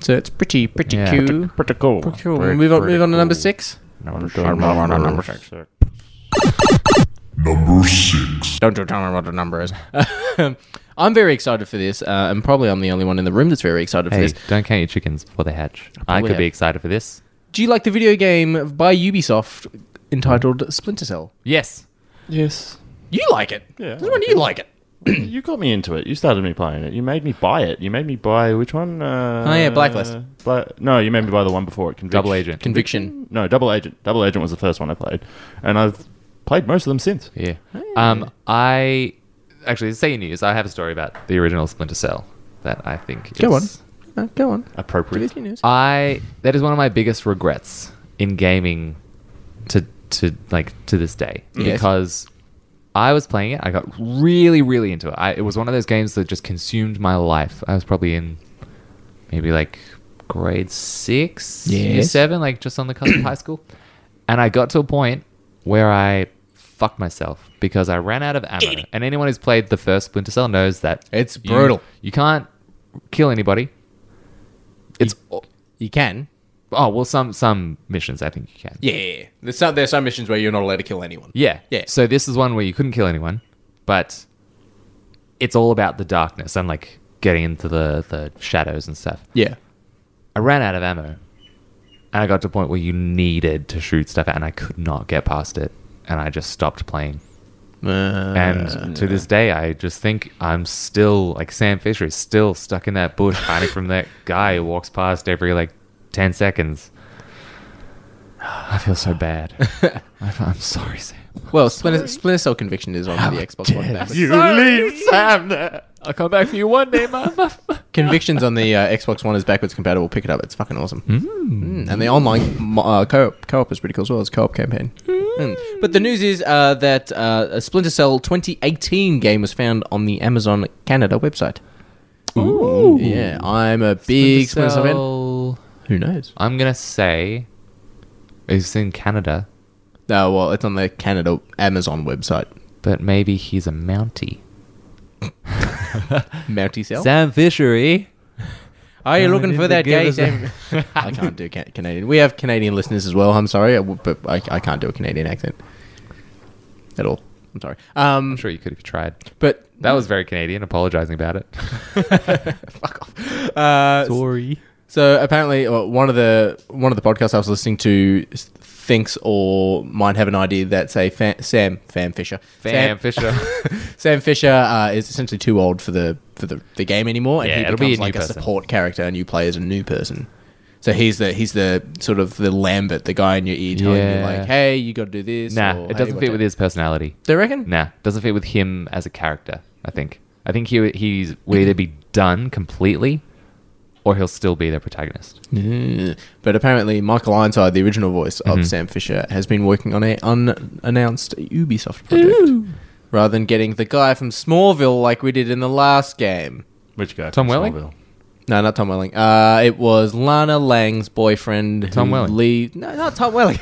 So it's pretty, pretty
Yeah.
cool.
Pretty cool.
cool.
pretty-
move on,
pretty
move on to number
cool.
six.
number
Number six.
Number six.
Don't you tell me what the number is. I'm very excited for this, uh, and probably I'm the only one in the room that's very excited for
Hey,
this.
don't count your chickens before they hatch. I
probably
could be
have.
excited for this.
Do you like the video game by Ubisoft entitled Splinter Cell?
Yes.
Yes.
You like it.
Yeah, I
This one, you like it.
You got me into it. You started me playing it. You made me buy it. You made me buy which one? Uh,
Oh, yeah, Blacklist.
Bla- no, you made me buy the one before it. Convict-
Double agent.
Conviction.
No, Double Agent. Double Agent was the first one I played, and I've played most of them since.
Yeah. Um, I actually say news. I have a story about the original Splinter Cell that I think.
Go on.
is-
Uh, go on.
Appropriate.
Give us your news.
I that is one of my biggest regrets in gaming to to like to this day
Yes.
because I was playing it. I got really really into it. I, it was one of those games that just consumed my life. I was probably in maybe like grade six, year
Yes.
seven, like just on the cusp of high school, and I got to a point where I fucked myself because I ran out of ammo. And anyone who's played the first Splinter Cell knows that
It's
you-
brutal.
You can't kill anybody. It's
You can.
Oh well, some some missions I think you can.
Yeah, yeah, yeah. There's some, there's some missions where you're not allowed to kill anyone.
yeah,
Yeah.
So this is one where you couldn't kill anyone, but it's all about the darkness and like getting into the the shadows and stuff.
Yeah.
I ran out of ammo, and I got to a point where you needed to shoot stuff out, and I could not get past it, and I just stopped playing. And
Uh,
Uh,
to this day, I just think I'm still like Sam Fisher is still stuck in that bush, hiding from that guy who walks past every like ten seconds. I feel so bad. I- I'm sorry, Sam.
well, Splinter, Splinter Cell Conviction is on the Xbox One. Now.
You leave Sam there.
I'll come back for you one day, mama.
Convictions on the uh, Xbox One is backwards compatible. Pick it up; it's fucking awesome. Mm. And the online mo- uh, co-op, co-op is pretty cool as well. It's a co-op campaign. Mm. But the news is uh, that uh, a Splinter Cell 2018 game was found on the Amazon Canada website. Ooh, yeah, I'm a big Splinter Cell fan.
Cell.
Who knows?
I'm gonna say it's in Canada,
No, Uh, well, it's on the Canada Amazon website.
but maybe he's a Mountie.
Mounty Cell.
Sam eh? Fishery.
Are you looking
did
for
they
that
give
gay?
us a-
Sam? I can't do ca- Canadian. We have Canadian listeners as well. I'm sorry, I w- but I, I can't do a Canadian accent at all. I'm sorry. Um,
I'm sure you could have tried.
but
That was very Canadian. Apologizing about it.
fuck off. Uh,
Sorry.
so apparently, uh, one of the one of the podcasts I was listening to s- thinks or might have an idea that say fan, Sam Fan Fisher
Sam Fisher.
Sam Fisher uh, is essentially too old for the for the, the game anymore, and
Yeah,
he
it'll
becomes
be a
like
new
a
person.
support character, and you play as a new person. So he's the he's the sort of the Lambert, the guy in your ear telling you
Yeah.
like, "Hey, you got to do this."
nah,
or,
it
"Hey,
doesn't
what
fit
the-"
with his personality.
Do you reckon?
Nah, doesn't fit with him as a character. I think. I think he he's will either be done completely, or he'll still be the protagonist.
Mm. But apparently, Michael Ironside, the original voice
Mm-hmm.
of Sam Fisher, has been working on a unannounced Ubisoft project, rather than getting the guy from Smallville like we did in the last game.
Which guy?
Tom Welling?
Smallville.
No, not Tom Welling. Uh, it was Lana Lang's boyfriend.
Tom Welling.
Leave- no, not Tom Welling.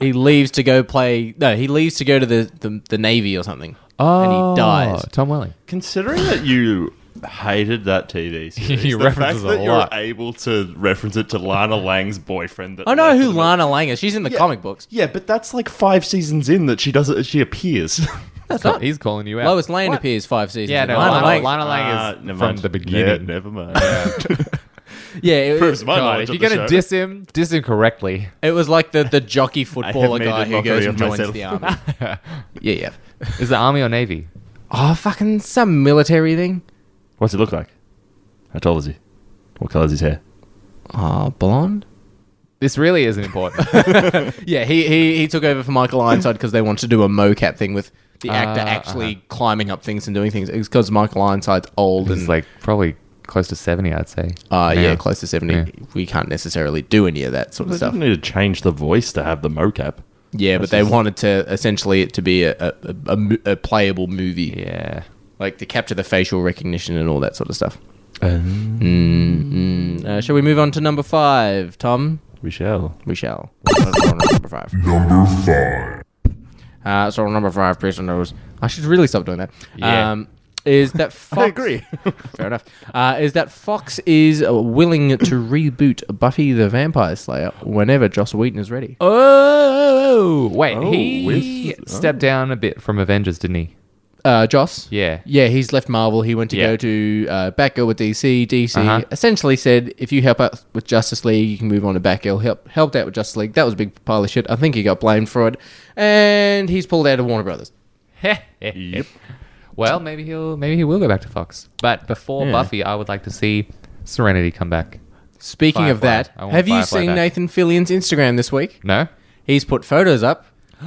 he leaves to go play. No, he leaves to go to the, the, the Navy or something. and he dies.
Oh. Tom Welling.
Considering that you hated that TV series,
You
the
reference it
fact
a
that you're
lot.
able to reference it to Lana Lang's boyfriend. That
I know
left
who
it-
Lana Lang is. She's in the
Yeah.
comic books.
Yeah, but that's like five seasons in that she does it. She appears.
That's not, he's calling you out.
Lois Lane appears five seasons.
yeah,
in
no,
Lana
Lana,
Lang.
Lana
Ah,
Lang is
never
from
mind.
the
Ne-
beginning.
never mind.
Yeah, it,
Proves my
God,
knowledge.
if
of
you're
the
gonna
show.
diss him, diss him correctly.
it was like the, the jockey footballer
made
guy
a
who
mockery
goes and
of
joins
myself.
the army. yeah, yeah.
Is it army or navy?
Oh, fucking some military thing.
What's it look like? How tall is he? What color is his hair? Ah,
Oh, blonde.
This really isn't important.
Yeah, he, he, he took over for Michael Ironside because they wanted to do a mocap thing with the actor
Ah,
actually climbing up things and doing things. It's because Michael Ironside's old
He's
and
like probably close to seventy, I'd say.
uh, yeah,
now.
close to seventy.
Yeah.
We can't necessarily do any of that sort of
They
stuff.
didn't need to change the voice to have the mocap.
Yeah, but they wanted to essentially it to be a a, a- a mo- a playable movie,
Yeah.
like to capture the facial recognition and all that sort of stuff.
Um,
Mm, mm. Uh, shall we move on to number five, Tom?
We shall.
We shall. number five. Number five. Uh, so number five, person knows. I should really stop doing that.
Yeah.
Um, is that Fox?
agree.
Fair enough. Uh, is that Fox is uh, willing to reboot Buffy the Vampire Slayer whenever Joss Whedon is ready?
Oh wait,
Oh,
he
with- oh.
stepped down a bit from Avengers, didn't he?
Uh, Joss.
Yeah.
Yeah, he's left Marvel. He went to
Yeah.
go to uh, Batgirl with DC. DC
Uh-huh.
essentially said, if you help out with Justice League, you can move on to Batgirl. Help, helped out with Justice League. That was a big pile of shit. I think he got blamed for it. And he's pulled out of Warner Brothers.
Yep.
Well, maybe he'll maybe he will go back to Fox. But before Buffy, I would like to see Serenity come back.
Speaking of
Firefly.
that,
I want
have you
Firefly
seen
back.
Nathan Fillion's Instagram this week?
No?
He's put photos up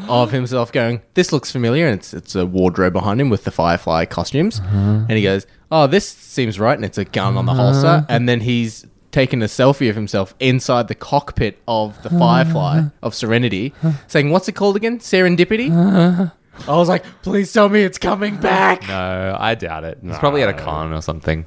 of himself going, This looks familiar. And it's, it's a wardrobe behind him with the Firefly costumes. And he goes, Oh, this seems right. And it's a gun on the holster. And then he's taken a selfie of himself inside the cockpit of the Firefly of Serenity, saying, What's it called again? Serendipity? I was like, Please tell me it's coming back.
No, Uh, I doubt it. He's probably at a con or something.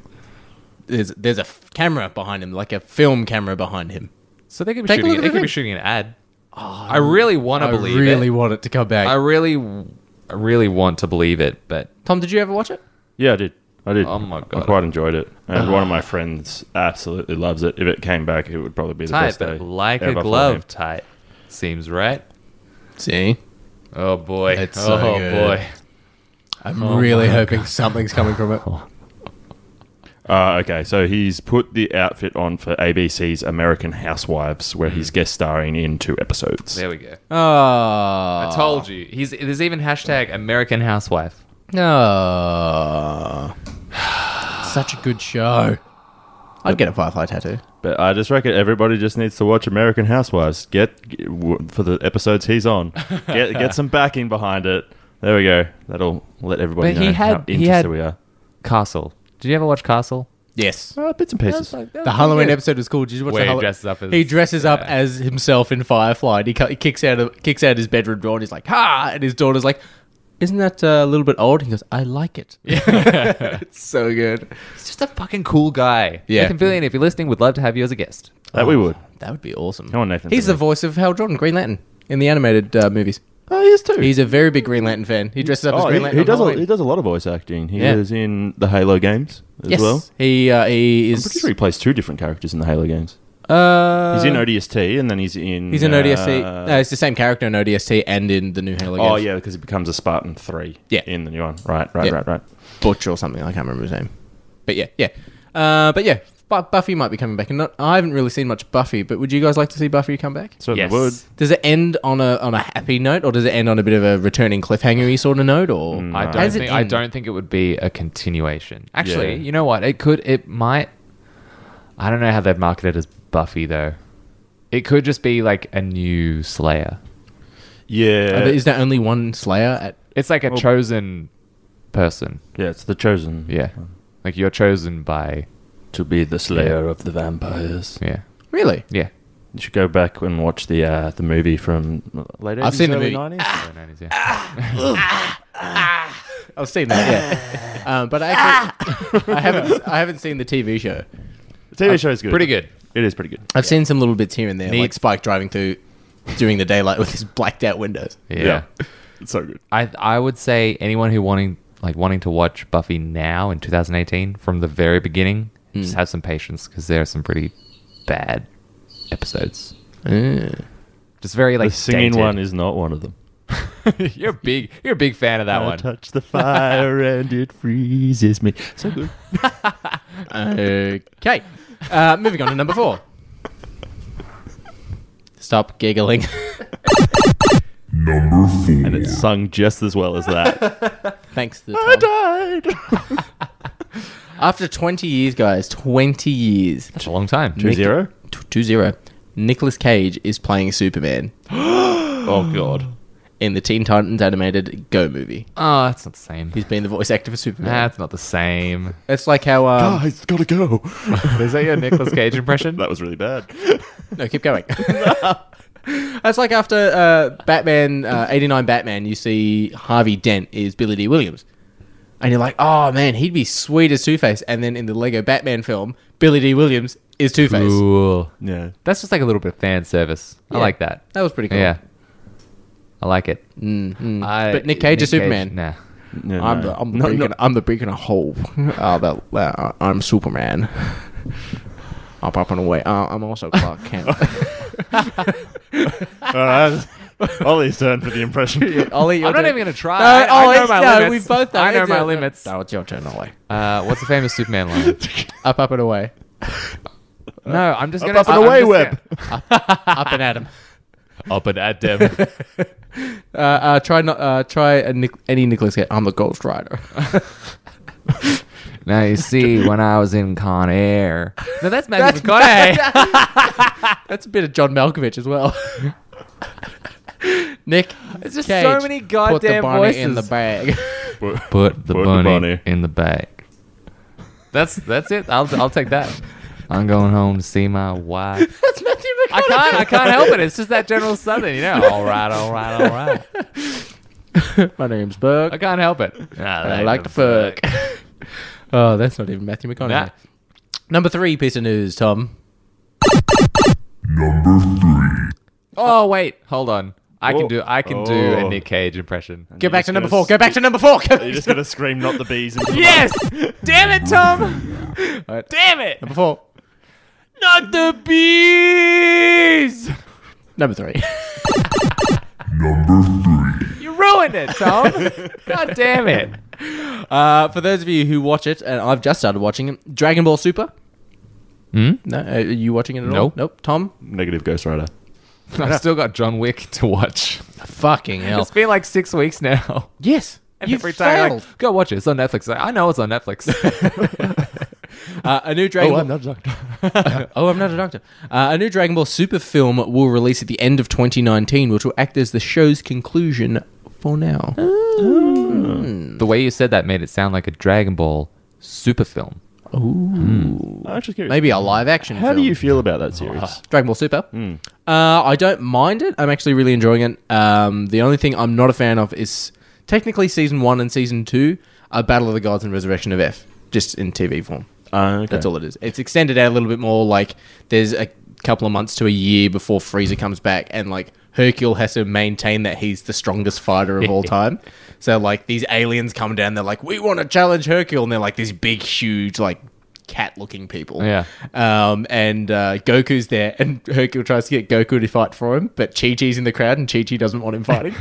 There's, there's a f- camera behind him, like a film camera behind him.
So they could be
Take a
shooting
look at
they
the
could be
thing.
shooting an ad. Oh, I really want to
I
believe
really
it.
want it to come back.
I really I really want to believe it, but
Tom, did you ever watch it?
Yeah, I did. I did.
Oh my
I
God. Ah.
quite enjoyed it, and one of my friends absolutely loves it. If it came back, it would probably be the
tight,
best day
but like
ever
a
for
glove
him.
tight. Seems right.
See?
Oh boy.
It's
oh
so good.
boy.
Oh I'm really hoping something's coming from it.
Uh, okay, so he's put the outfit on for ABC's American Housewives, where he's guest starring in two episodes.
Mm. There we go.
Oh.
I told you. He's there's even hashtag American Housewife.
Oh. Such a good show. I'd get a Firefly tattoo.
But I just reckon everybody just needs to watch American Housewives. Get g- w- for the episodes he's on. Get get some backing behind it. There we go. That'll let everybody
But
know
he
how
had-
interested
he had-
we are.
Castle. Did you ever watch Castle?
Yes.
Uh, bits and pieces.
The Halloween episode was cool. Did you watch
Where
the
he
Hallow-
dresses up as-
he dresses up
yeah.
as himself in Firefly. And he, cu- he kicks out of kicks out his bedroom door and he's like, "Ha!" And his daughter's like, "Isn't that uh, a little bit old?" He goes, "I like it." it's so good.
He's just a fucking cool guy.
Yeah.
Nathan Fillion, if you're listening, would love to have you as a guest.
that we would.
That would be awesome.
Come on, Nathan.
He's the voice of Hal Jordan, Green Lantern, in the animated uh, movies.
Oh, he is too.
He's a very big Green Lantern fan. He dresses up as
oh,
Green
he,
Lantern.
he
on
does. A,
Halloween.
he does a lot of voice acting. He
Yeah.
is in the Halo games as
Yes,
well.
he uh, he
I'm
is.
pretty sure he plays two different characters in the Halo games.
uh,
He's in ODST, and then he's in.
He's in ODST.
uh,
no, it's the same character in ODST and in the new Halo.
oh
games.
yeah, because he becomes a Spartan three.
Yeah.
in the new one. Right, right,
Yeah.
right, right.
Butch or something. I can't remember his name. But yeah, yeah. Uh, but yeah, Bu- Buffy might be coming back, and not, I haven't really seen much Buffy. But would you guys like to see Buffy come back?
So
Yes.
the wood.
Does it end on a on a happy note, or does it end on a bit of a returning cliffhangery sort of note? Or
Mm.
I
How
don't
does it
think I
end?
don't think it would be a continuation. Actually,
Yeah.
you know what? It could it might I don't know how they've marketed as Buffy though. It could just be like a new Slayer.
Yeah,
Oh, But Is there only one Slayer? At
It's like a chosen person.
yeah. It's the chosen.
Yeah. Like you're chosen by
to be the slayer of the vampires.
yeah.
really?
Yeah.
You should go back and watch the uh, the movie from late 80s,
I've seen the
early Ah.
movie.
90s.
So, no, it's- yeah.
I've seen that. Yeah, um, but I, actually, I haven't. I haven't seen the TV show.
The TV show is good.
Pretty good.
It is pretty good.
I've seen some little bits here and there,
Neat.
like Spike driving through during the daylight with his blacked out windows.
Yeah.
It's so good.
I I would say anyone who wanting like wanting to watch Buffy now in 2018 from the very beginning,
Hmm.
just have some patience because there are some pretty bad episodes. Just very like
The singing
dated.
one is not one of them.
you're a big you're a big fan of that
I
one.
touch the fire and it freezes me. So good.
Okay. Uh, moving on to number four. Stop giggling.
Number four.
And it's sung just as well as that.
Thanks to Tom.
died.
After 20 years, guys, 20 years.
That's a long time.
Two zero.
T- 2-0. Nicolas Cage is playing Superman
Oh god.
in the Teen Titans animated Go movie.
Oh, that's not the same.
He's been the voice actor for Superman.
That's not the same.
It's like how... Um,
it's gotta go.
Is that your Nicolas Cage impression?
that was really bad.
No, keep going. That's like after uh, Batman uh, '89 Batman, you see Harvey Dent is Billy D. Williams, and you're like, oh man, he'd be sweet as Two Face. And then in the Lego Batman film, Billy D. Williams is Two Face.
Cool.
Yeah.
That's just like a little bit of fan service. I
Yeah.
like that.
That was pretty cool. Mm-hmm.
Yeah. I like it. I-
But Nick Cage is Superman.
Nah.
No,
I'm
no.
the I'm the
No,
beacon,
no.
I'm the beacon of hope. Uh, the, uh, I'm Superman. I'm up and away. Uh, I'm also Clark Kent.
All right. Ollie's turn for the impression.
Ollie,
I'm
you're
not
doing-
even gonna try.
No,
Uh, I, I
Ollie,
know my
no,
limits.
we've both done
I know
it.
my
No,
limits.
No, it's your turn, Ollie.
Uh, what's the famous Superman line?
Up, up and away.
No, I'm just gonna
Up and
I'm
away,
just
Web.
up and at him.
Gonna, up and at them.
Uh, uh, try not uh, try a Nic- any Nicholas Cage. I'm the Ghost Rider.
now you see, when I was in Con Air, no, that's Matthew McConaughey.
That's a bit of John Malkovich as well. Nick,
There's just
Cage,
so many
put the
goddamn
bunny
voices.
in the bag.
Put the
Put the
bunny,
bunny.
in the bag. That's that's it. I'll I'll take that. I'm going home to see my wife.
That's Matthew
I can't I can't help it. It's just that general southern, you know. All right, all right, all right.
My name's Burke.
I can't help it.
I like to fuck. oh, that's not even Matthew McConaughey.
Nah.
Number three piece of news, Tom.
Number three.
Oh wait, hold on. I can do I can do a
Oh.
Nick Cage impression.
Go back to
gonna
number four.
s-
Go back to number four. Go back
You're
to
just gonna scream, not the bees. Into the
Yes! Damn it, Tom! Damn it!
number four.
Not the bees!
Number three.
Number three.
You ruined it, Tom! God damn it.
Uh, for those of you who watch it, and I've just started watching it, Dragon Ball Super.
Hmm?
No, uh, are you watching it at all?
Nope.
Nope. Tom,
Negative Ghost Rider.
I've still got John Wick to watch.
fucking hell.
It's been like six weeks now.
yes,
And
you
every time,
failed.
like, go watch it. It's on Netflix. Like, I know it's on Netflix.
Uh, a new Dragon. Ball-
not a doctor.
oh, I'm not a doctor. Uh, a new Dragon Ball Super film will release at the end of 2019, which will act as the show's conclusion for now.
the way you said that made it sound like a Dragon Ball super film.
I'm just curious.
Maybe a live action.
How do
film.
you feel about that series?
Dragon Ball Super. Uh, I don't mind it. I'm actually really enjoying it. Um, the only thing I'm not a fan of is technically season one and season two are Battle of the Gods and Resurrection of F, just in TV form. Um,
Uh, okay.
That's all it is. It's extended out a little bit more. Like there's a couple of months to a year before Frieza comes back, and like Hercule has to maintain that he's the strongest fighter of all time. So like these aliens come down, they're like, we want to challenge Hercule, and they're like these big, huge, like cat-looking people.
Yeah.
Um, and uh, Goku's there, and Hercule tries to get Goku to fight for him, but Chi Chi's in the crowd, and Chi Chi doesn't want him fighting.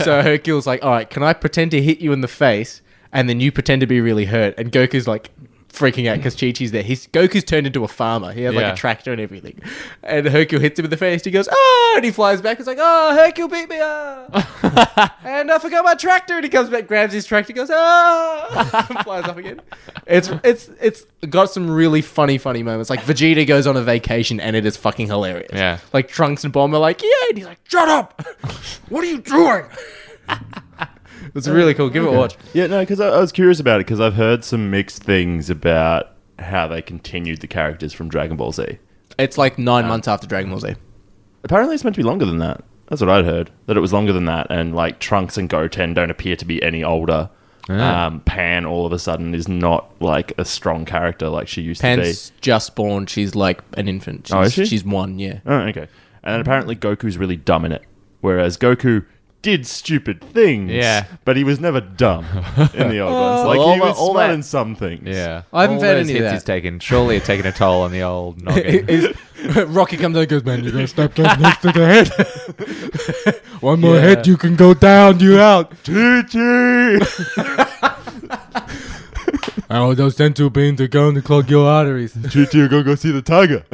so Hercule's like, "All right, can I pretend to hit you in the face, and then you pretend to be really hurt?" And Goku's like freaking out because Chi Chi's there. He's Goku's turned into a farmer. He has like
Yeah.
a tractor and everything, and Hercule hits him in the face. He goes, "Oh!" and he flies back. He's like, "Oh, Hercule beat me!" ah." and I forgot my tractor. And he comes back, grabs his tractor, goes, "Oh!" and flies off again. It's it's it's got some really funny, funny moments. Like Vegeta goes on a vacation, and it is fucking hilarious.
Yeah.
Like Trunks and Bomb are like, "Yeah," and he's like, "Shut up! what are you doing?" it's really cool. Give it a watch.
Yeah, no, because I, I was curious about it because I've heard some mixed things about how they continued the characters from Dragon Ball Z.
It's like
Uh,
nine months after Dragon Ball Z.
Apparently, it's meant to be longer than that. That's what I'd heard. That it was longer than that, and like Trunks and Goten don't appear to be any older.
Ah.
Um, Pan all of a sudden is not like a strong character like she used
Pan's just born. She's like an infant. She's,
Oh, is she?
She's one. Yeah.
to be. Oh, okay. And then apparently Goku's really dumb in it, whereas Goku did stupid things.
Yeah.
but he was never dumb in the old ones. Like
all
he
that-
was
all
smart
that-
in some things.
Yeah.
I haven't
All
found
those
any of
hits
that.
he's taken. Surely it's taken a toll on the old noggin.
Is- Rocky comes out and goes, man, you gotta stop
Get next to the head. One more head, you can go down. You out. Oh, those sensu beans are going to clog your arteries.
Chichi, go go see the tiger.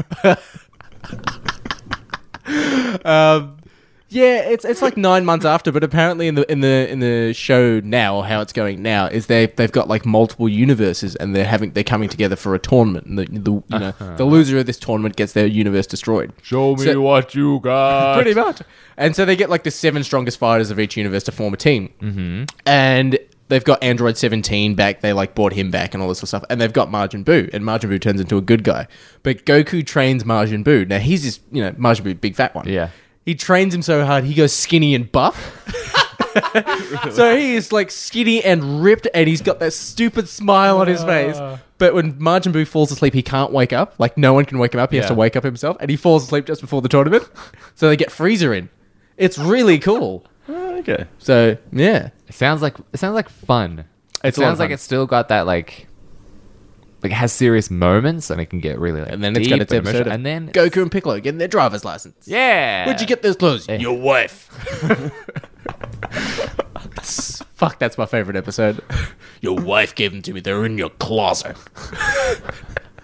Yeah, it's it's like nine months after, but apparently in the in the in the show now, or how it's going now, is they they've got like multiple universes, and they're having they're coming together for a tournament, and the the you know the loser of this tournament gets their universe destroyed.
Show me
So-
what you got.
Pretty much, and so they get like the seven strongest fighters of each universe to form a team, mm-hmm. and they've got Android Seventeen back. They like brought him back and all this sort of stuff, and they've got Majin Buu, and Majin Buu turns into a good guy, but Goku trains Majin Buu. Now he's this you know Majin Buu, big fat one.
Yeah.
He trains him so hard, he goes skinny and buff. So he is like skinny and ripped, and he's got that stupid smile on his face. But when Margin Boo falls asleep, he can't wake up. Like no one can wake him up. He has to
Yeah.
wake up himself, and he falls asleep just before the tournament. So they get Freezer in. It's really cool.
Okay.
So yeah,
It sounds like it sounds like fun. It
It's a lot of
sounds like
fun.
it's still got that like like it has serious moments and it can get really like
and then it's got
deep
its episode.
emotional-
of
and then
Goku and Piccolo getting their driver's license.
yeah.
Where'd you get those clothes?
Yeah.
Your wife. Fuck, that's my favorite episode. Your wife gave them to me. They're in your closet.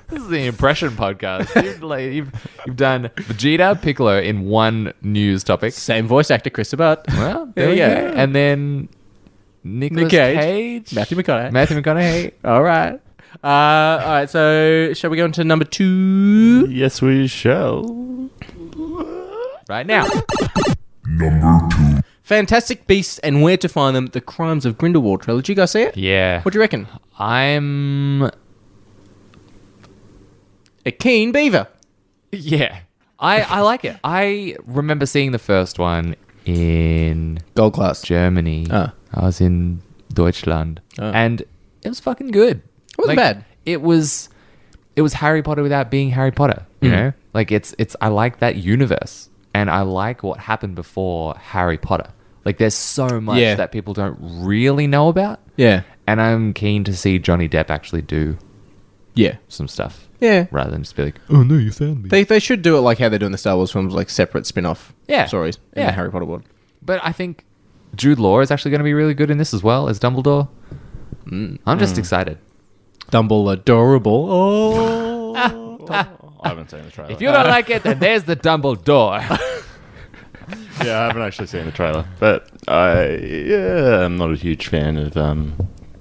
This is the impression podcast. You've, like, you've, you've done Vegeta, Piccolo in one news topic.
Same voice actor, Chris Sabat.
Well, there
Yeah,
we
yeah.
go. And then Nicolas
Nick Cage.
Cage,
Matthew McConaughey.
Matthew McConaughey.
All right. Uh, all right. So, shall we go into number two?
Yes, we shall.
Right now,
Fantastic Beasts and Where to Find Them: The Crimes of Grindelwald trilogy. You guys see it?
yeah,
What do you reckon?
I'm
A keen beaver.
yeah, I I like it. I remember seeing the first one in
Gold class.
Germany.
Ah.
I was in Deutschland,
Ah.
and it was fucking good. It
wasn't bad.
It was, it was Harry Potter without being Harry Potter.
Mm.
You know, like it's it's. I like that universe, and I like what happened before Harry Potter. Like there's so much
Yeah.
that people don't really know about,
Yeah.
and I'm keen to see Johnny Depp actually do
Yeah.
some stuff
Yeah.
rather than just be like,
Oh no, you found me.
They, they should do it like how they're doing the Star Wars films, like separate spin off
Yeah.
stories in
Yeah.
the Harry Potter world.
But I think Jude Law is actually going to be really good in this as well as Dumbledore.
Mm.
I'm just excited.
Dumble adorable. Oh.
I haven't seen the trailer.
If you don't like it, then there's the Dumbledore.
yeah, I haven't actually seen the trailer, but I yeah, I'm not a huge fan of um,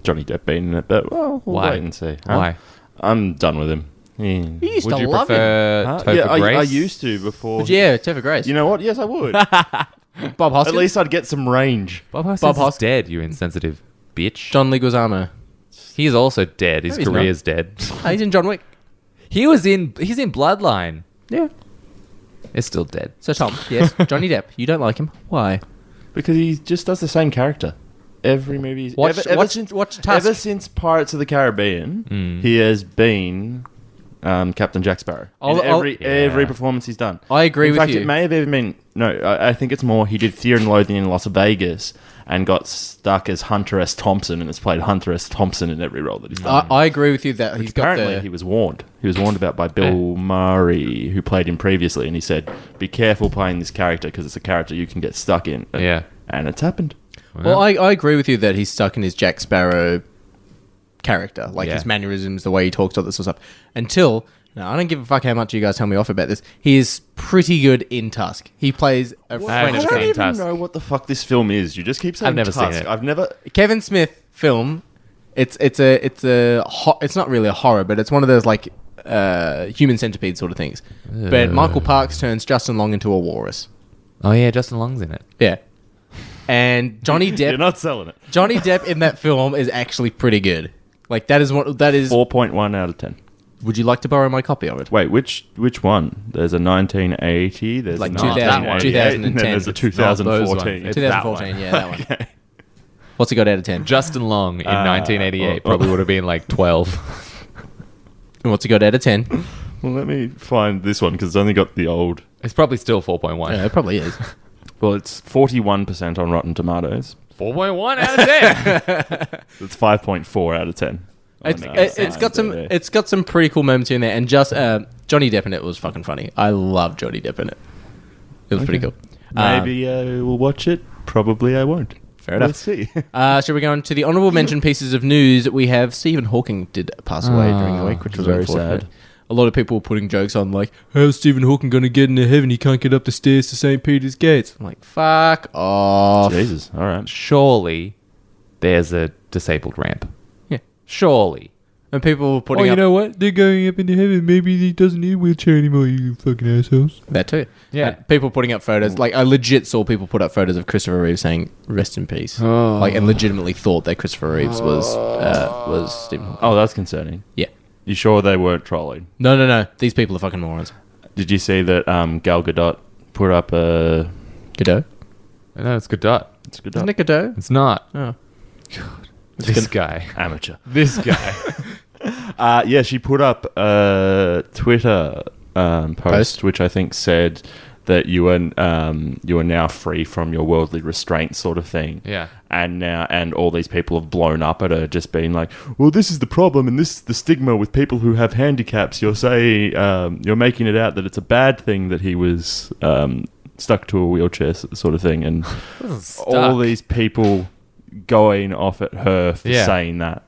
Johnny Depp being in it. But well, we'll
Why?
wait and see. huh?
Why?
I'm done with him. Yeah,
used
Would
to
you
love him.
prefer
Huh?
Topher
yeah I,
Grace?
I used to before.
Yeah, Topher Grace.
You know what? Yes, I would.
Bob
At
Hoskins.
least I'd get some range.
Bob Hoskins
Bob
is dead. You insensitive bitch.
John Leguizamo.
He's also dead. His
No, he's
career's dead.
Oh, he's in John Wick.
he was in. He's in Bloodline.
Yeah.
It's still dead.
So Tom, yes, Johnny Depp. You don't like him. Why?
Because he just does the same character. Every movie. he's-
Watch-
ever, ever
watch-
since,
watch Tusk.
ever since Pirates of the Caribbean,
Hmm.
he has been um, Captain Jack Sparrow.
I'll-
In
I'll-
every
Yeah.
every performance he's done.
I agree
In
with
fact,
you.
It may have even been no. I, I think it's more. He did Fear and Loathing in Las Vegas and got stuck as Hunter S. Thompson and has played Hunter S. Thompson in every role that he's done.
I, I agree with you that he's got
Apparently,
the.
he was warned. He was warned about by Bill Murray, who played him previously, and he said, "Be careful playing this character because it's a character you can get stuck in."
Yeah.
and it's happened.
well, I, I agree with you that he's stuck in his Jack Sparrow character, like
Yeah.
his mannerisms, the way he talks, all this sort of stuff. Until now, I don't give a fuck how much you guys tell me off about this. He is pretty good in Tusk. He plays a
I've
French
never
I
seen
don't
guy.
even
Tusk.
know what the fuck this film is. You just keep saying
I've never seen
Tusk.
it.
I've never.
Kevin Smith film. It's it's a it's a ho- it's not really a horror, but it's one of those like uh, human centipede sort of things. But Michael Parks turns Justin Long into a walrus.
Oh yeah, Justin Long's in it.
Yeah. And Johnny
You're
Depp
not selling it.
Johnny Depp in that film is actually pretty good. Like that is what that is
Four point one out of ten.
Would you like to borrow my copy of it?
Wait, which which one? There's a 1980. There's
Like
a
2000,
1988, And then
2010.
there's a
It's not
those
2014.
ones.
It's that
2014,
one.
yeah, that one. What's it got out of 10?
Justin Long in 1988
oh, oh.
probably would have been like 12.
What's it got out of 10?
Well, let me find this one because it's only got the old.
it's probably still 4.1.
Yeah, it probably is.
Well, it's 41 percent on Rotten Tomatoes.
4.1 out of 10.
It's 5.4 out of 10.
It's,
Oh, no,
it, has got some
IMDb.
it's got some pretty cool moments in there and just uh, Johnny Depp in it was fucking funny. I love Johnny Depp in it. It was pretty cool. Um,
Maybe I will watch it. Probably I won't. Fair
enough.
Let's see.
Uh, shall we go on to the honourable mention pieces of news? We have Stephen Hawking did pass away during the week, which was
very
unfortunate.
sad.
A lot of people were putting jokes on like, "How's Stephen Hawking going to get into heaven? He can't get up the stairs to St. Peter's gates." I'm like, "Fuck off!"
Jesus. All right.
Surely there's a disabled ramp.
Yeah.
Surely.
And people were
Oh,
putting
you
up
know what? They're going up into heaven. Maybe he doesn't need a wheelchair anymore, you fucking assholes.
that too.
Yeah.
And people putting up photos. Like, I legit saw people put up photos of Christopher Reeves saying "Rest in peace,"
Oh.
like, and legitimately thought that Christopher Reeves was uh, was Stephen Hawking.
Oh, that's concerning.
Yeah.
You sure they weren't trolling?
No, no, no. These people are fucking morons.
Did you see that um, Gal Gadot put up a?
Godot.
No, it's good dot.
It's good
Isn't it Godot?
It's not.
Oh.
This guy.
amateur.
This guy.
Uh, yeah, she put up a Twitter um, post,
Post?
which I think said that you are um, you are now free from your worldly restraints, sort of thing.
Yeah.
And now, and all these people have blown up at her, just being like, "Well, this is the problem, and this is the stigma with people who have handicaps." You're say um, you're making it out that it's a bad thing that he was um, stuck to a wheelchair, s- sort of thing, and all these people going off at her for
Yeah.
saying that.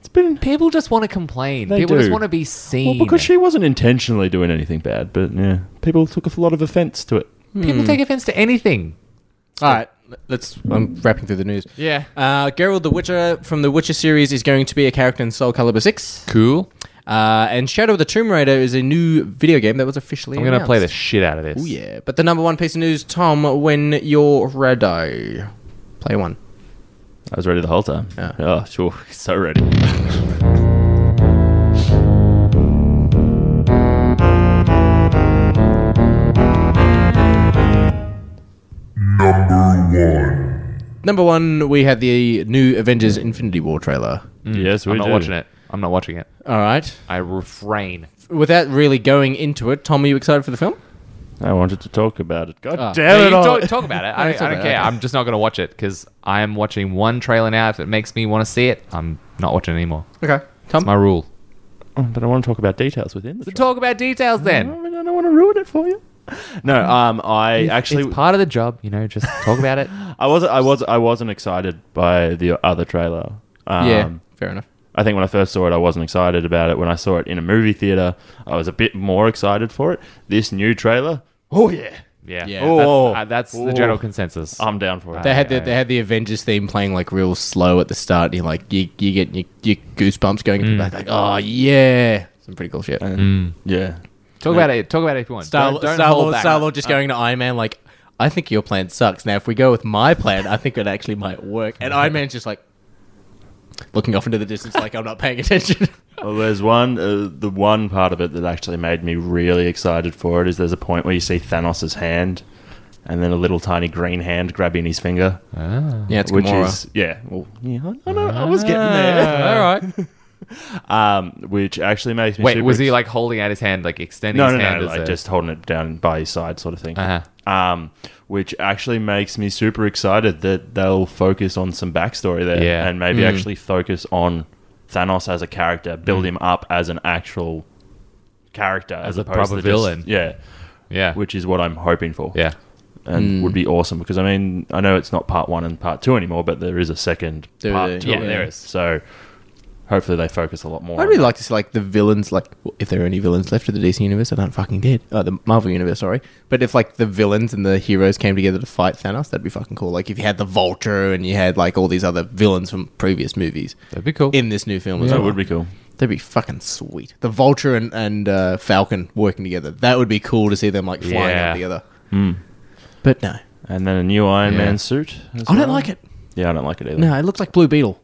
It's been
People just want to complain.
They
People just
do.
want to be
well
seen.
because she wasn't intentionally doing anything bad, but yeah, people took a lot of offence to it.
People take offense to anything.
All right, let's. I'm wrapping through the news.
Yeah.
Uh, Gerald the Witcher from the Witcher series is going to be a character in Soul Calibur 6.
Cool.
Uh, and Shadow of the Tomb Raider is a new video game that was officially
I'm going to
announced.
play the shit out of this.
Oh, yeah. But the number one piece of news, Tom, when you're ready. Play one.
I was ready the whole time.
Yeah.
Oh, sure, so ready.
Number one, we had the new Avengers Infinity War trailer.
yes, we
I'm not
do.
watching it. I'm not watching it.
All right.
I refrain.
Without really going into it, Tom, are you excited for the film?
I wanted to talk about it. God
Ah.
damn
No,
it!
you
all.
talk, talk about it. I,
it's
I don't
alright,
care.
okay.
I'm just not going to watch it because I am watching one trailer now. If it makes me want to see it, I'm not watching it anymore.
Okay. Tom?
It's my rule.
Oh, but I want to talk about details within the.
Talk about details
I,
then.
mean, I don't want to ruin it for you. No, um, I actually,
it's part of the job, you know. Just talk about it.
I was, I was, I wasn't excited by the other trailer. Um,
yeah, fair enough.
I think when I first saw it, I wasn't excited about it. When I saw it in a movie theater, I was a bit more excited for it. This new trailer, oh yeah,
Yeah.
Yeah.
Oh.
That's, uh, that's the
Oh.
general consensus.
I'm down for it.
They had the,
I-
they had the Avengers theme playing like real slow at the start. And you're like you you get your, your goosebumps going. Mm. Like oh yeah, some pretty cool shit.
yeah,
talk about it. Talk about it if you want.
Star,
Don't- don't
Star
hold
Lord,
back.
Star Lord just going to Iron Man like, I think your plan sucks. Now if we go with my plan, I think it actually might work. And Iron Man's just like looking off into the distance, like I'm not paying attention.
Well, there's one, uh, the one part of it that actually made me really excited for it is there's a point where you see Thanos' hand and then a little tiny green hand grabbing his finger,
yeah, it's
which
Gamora.
is, yeah, well, yeah, I, know, I was getting there.
All right.
Um, which actually makes me
Wait,
super
was he
ex-
like holding out his hand, like extending
no,
his
no,
hand?
no,
as
like
a-
just holding it down by his side sort of thing.
Uh-huh.
Um, which actually makes me super excited that they'll focus on some backstory there
Yeah.
and maybe actually focus on Thanos as a character, build him up as an actual character as,
Mm. a
opposed
proper
to just-
villain.
yeah,
yeah,
which is what I'm hoping for.
yeah,
and
Hmm.
would be awesome because I mean I know it's not part one and part two anymore, but there is a second
There-
part to
yeah,
it.
there
is.
So hopefully they focus a lot more.
I'd
on
really like to see like the villains, like if there are any villains left of the DC universe, I don't fucking did. Uh, the Marvel universe, sorry. But if like the villains and the heroes came together to fight Thanos, that'd be fucking cool. Like if you had the Vulture and you had like all these other villains from previous movies
that'd be cool.
in this new film as
that
well.
would be cool.
That'd be fucking sweet. The Vulture and and uh, Falcon working together. That would be cool to see them like flying
Yeah. Hmm.
up together. But no,
And then a new Iron
Yeah.
Man suit. as
I don't
well.
like it.
Yeah, I don't like it either.
No, it looks like Blue Beetle.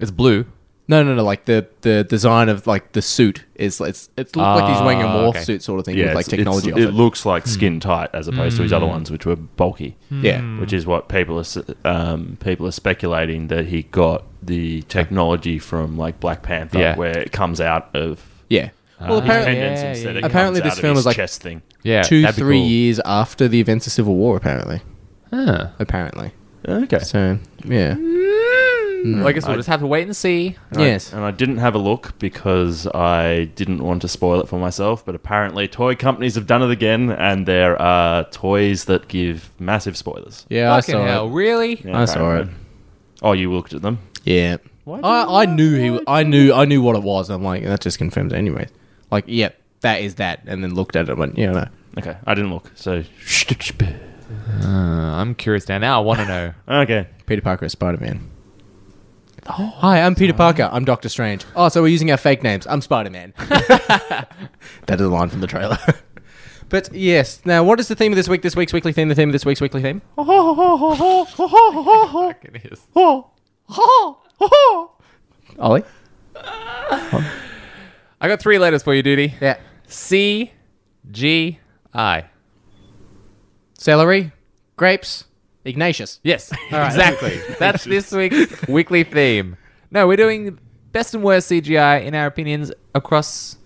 it's blue.
No, no, no. Like the the design of like the suit is it's it's looked like he's wearing a
Ah,
morph
okay.
suit sort of thing
Yeah,
with like
it's-
technology. Hmm.
it's-
off
it looks like skin tight as opposed to his
Hmm.
other ones, which were bulky.
yeah.
Which is what people are s- um, people are speculating that he got the technology from like Black Panther,
Yeah.
where it comes out of
Yeah. well, apparently,
pendants
yeah,
instead
yeah.
of
Oh, Apparently
comes
this
out of
film
his
is like-
chest thing.
Ah. Yeah,
two,
that'd be
three
cool.
years after the events of Civil War, apparently.
Huh.
Apparently.
Okay,
So, yeah.
Well, I guess we'll just have to wait and see.
Yes.
And I didn't have a look because I didn't want to spoil it for myself, but apparently toy companies have done it again and there are toys that give massive spoilers.
Yeah, I
Fucking
saw
hell,
it.
really?
Yeah,
I saw it.
apparently. Oh, you looked at them?
Yeah. I, I knew he. w- I knew. I knew what it was. I'm like that just confirms it anyway. Like, yeah, that is that. And then looked at it and went, yeah, no.
Okay, I didn't look. So
Uh, I'm curious now. Now I want to know.
Okay.
Peter Parker is Spider Man. hi, I'm Peter Parker. I'm Doctor Strange. Oh, so we're using our fake names. I'm Spider Man. that is a line from the trailer. but yes, now what is the theme of this week? This week's weekly theme. The theme of this week's weekly theme.
It is.
Ollie.
I got three letters for you, Duty.
Yeah.
C, G, I.
Celery, grapes, Ignatius.
Yes, exactly. That's this week's weekly theme. No, we're doing best and worst CGI in our opinions across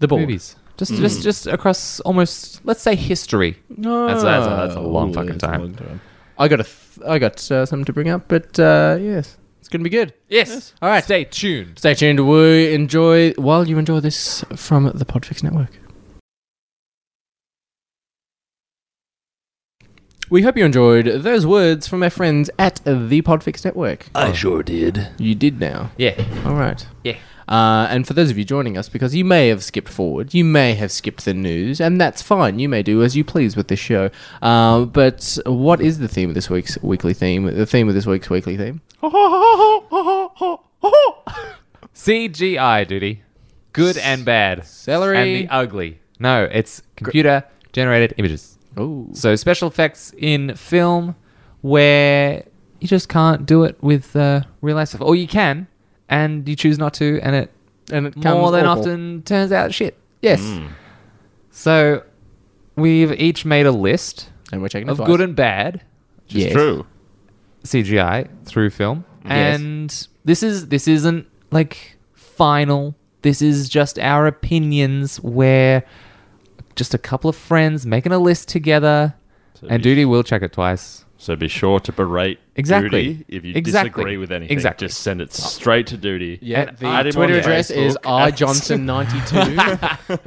The ball.
movies. Just, just, just across almost, let's say, history. That's, that's, a, that's Oh, a long fucking time.
I got a. Th- I got uh, something to bring up, but uh, yes, it's gonna be good.
Yes.
All right.
Stay tuned.
Stay tuned. We enjoy while you enjoy this from the Podfix Network. We hope you enjoyed those words from our friends at the Podfix Network.
I sure did.
You did now.
Yeah.
All right.
Yeah.
Uh, and for those of you joining us, because you may have skipped forward, you may have skipped the news, and that's fine. You may do as you please with this show. Uh, but what is the theme of this week's weekly theme? The theme of this week's weekly theme?
CGI, Duty. Good and bad.
Celery.
And the ugly. No, it's computer generated images.
Oh.
So special effects in film where you just can't do it with uh, real life stuff, or you can, and you choose not to, and it
And it
more than
awful. Mm.
often turns out shit.
Yes.
So we've each made a list
And we're checking
of good and bad
yes.
True.
CGI through film,
Yes.
and this is this isn't like final. This is just our opinions where just a couple of friends making a list together, and Duty will check it twice
So be sure to berate
Exactly.
Duty if you
Exactly.
disagree with anything.
Exactly.
Just send it straight to Duty.
Yeah,
And
the
add
him
Twitter
on
address is
Facebook. Ah,
rjohnson92.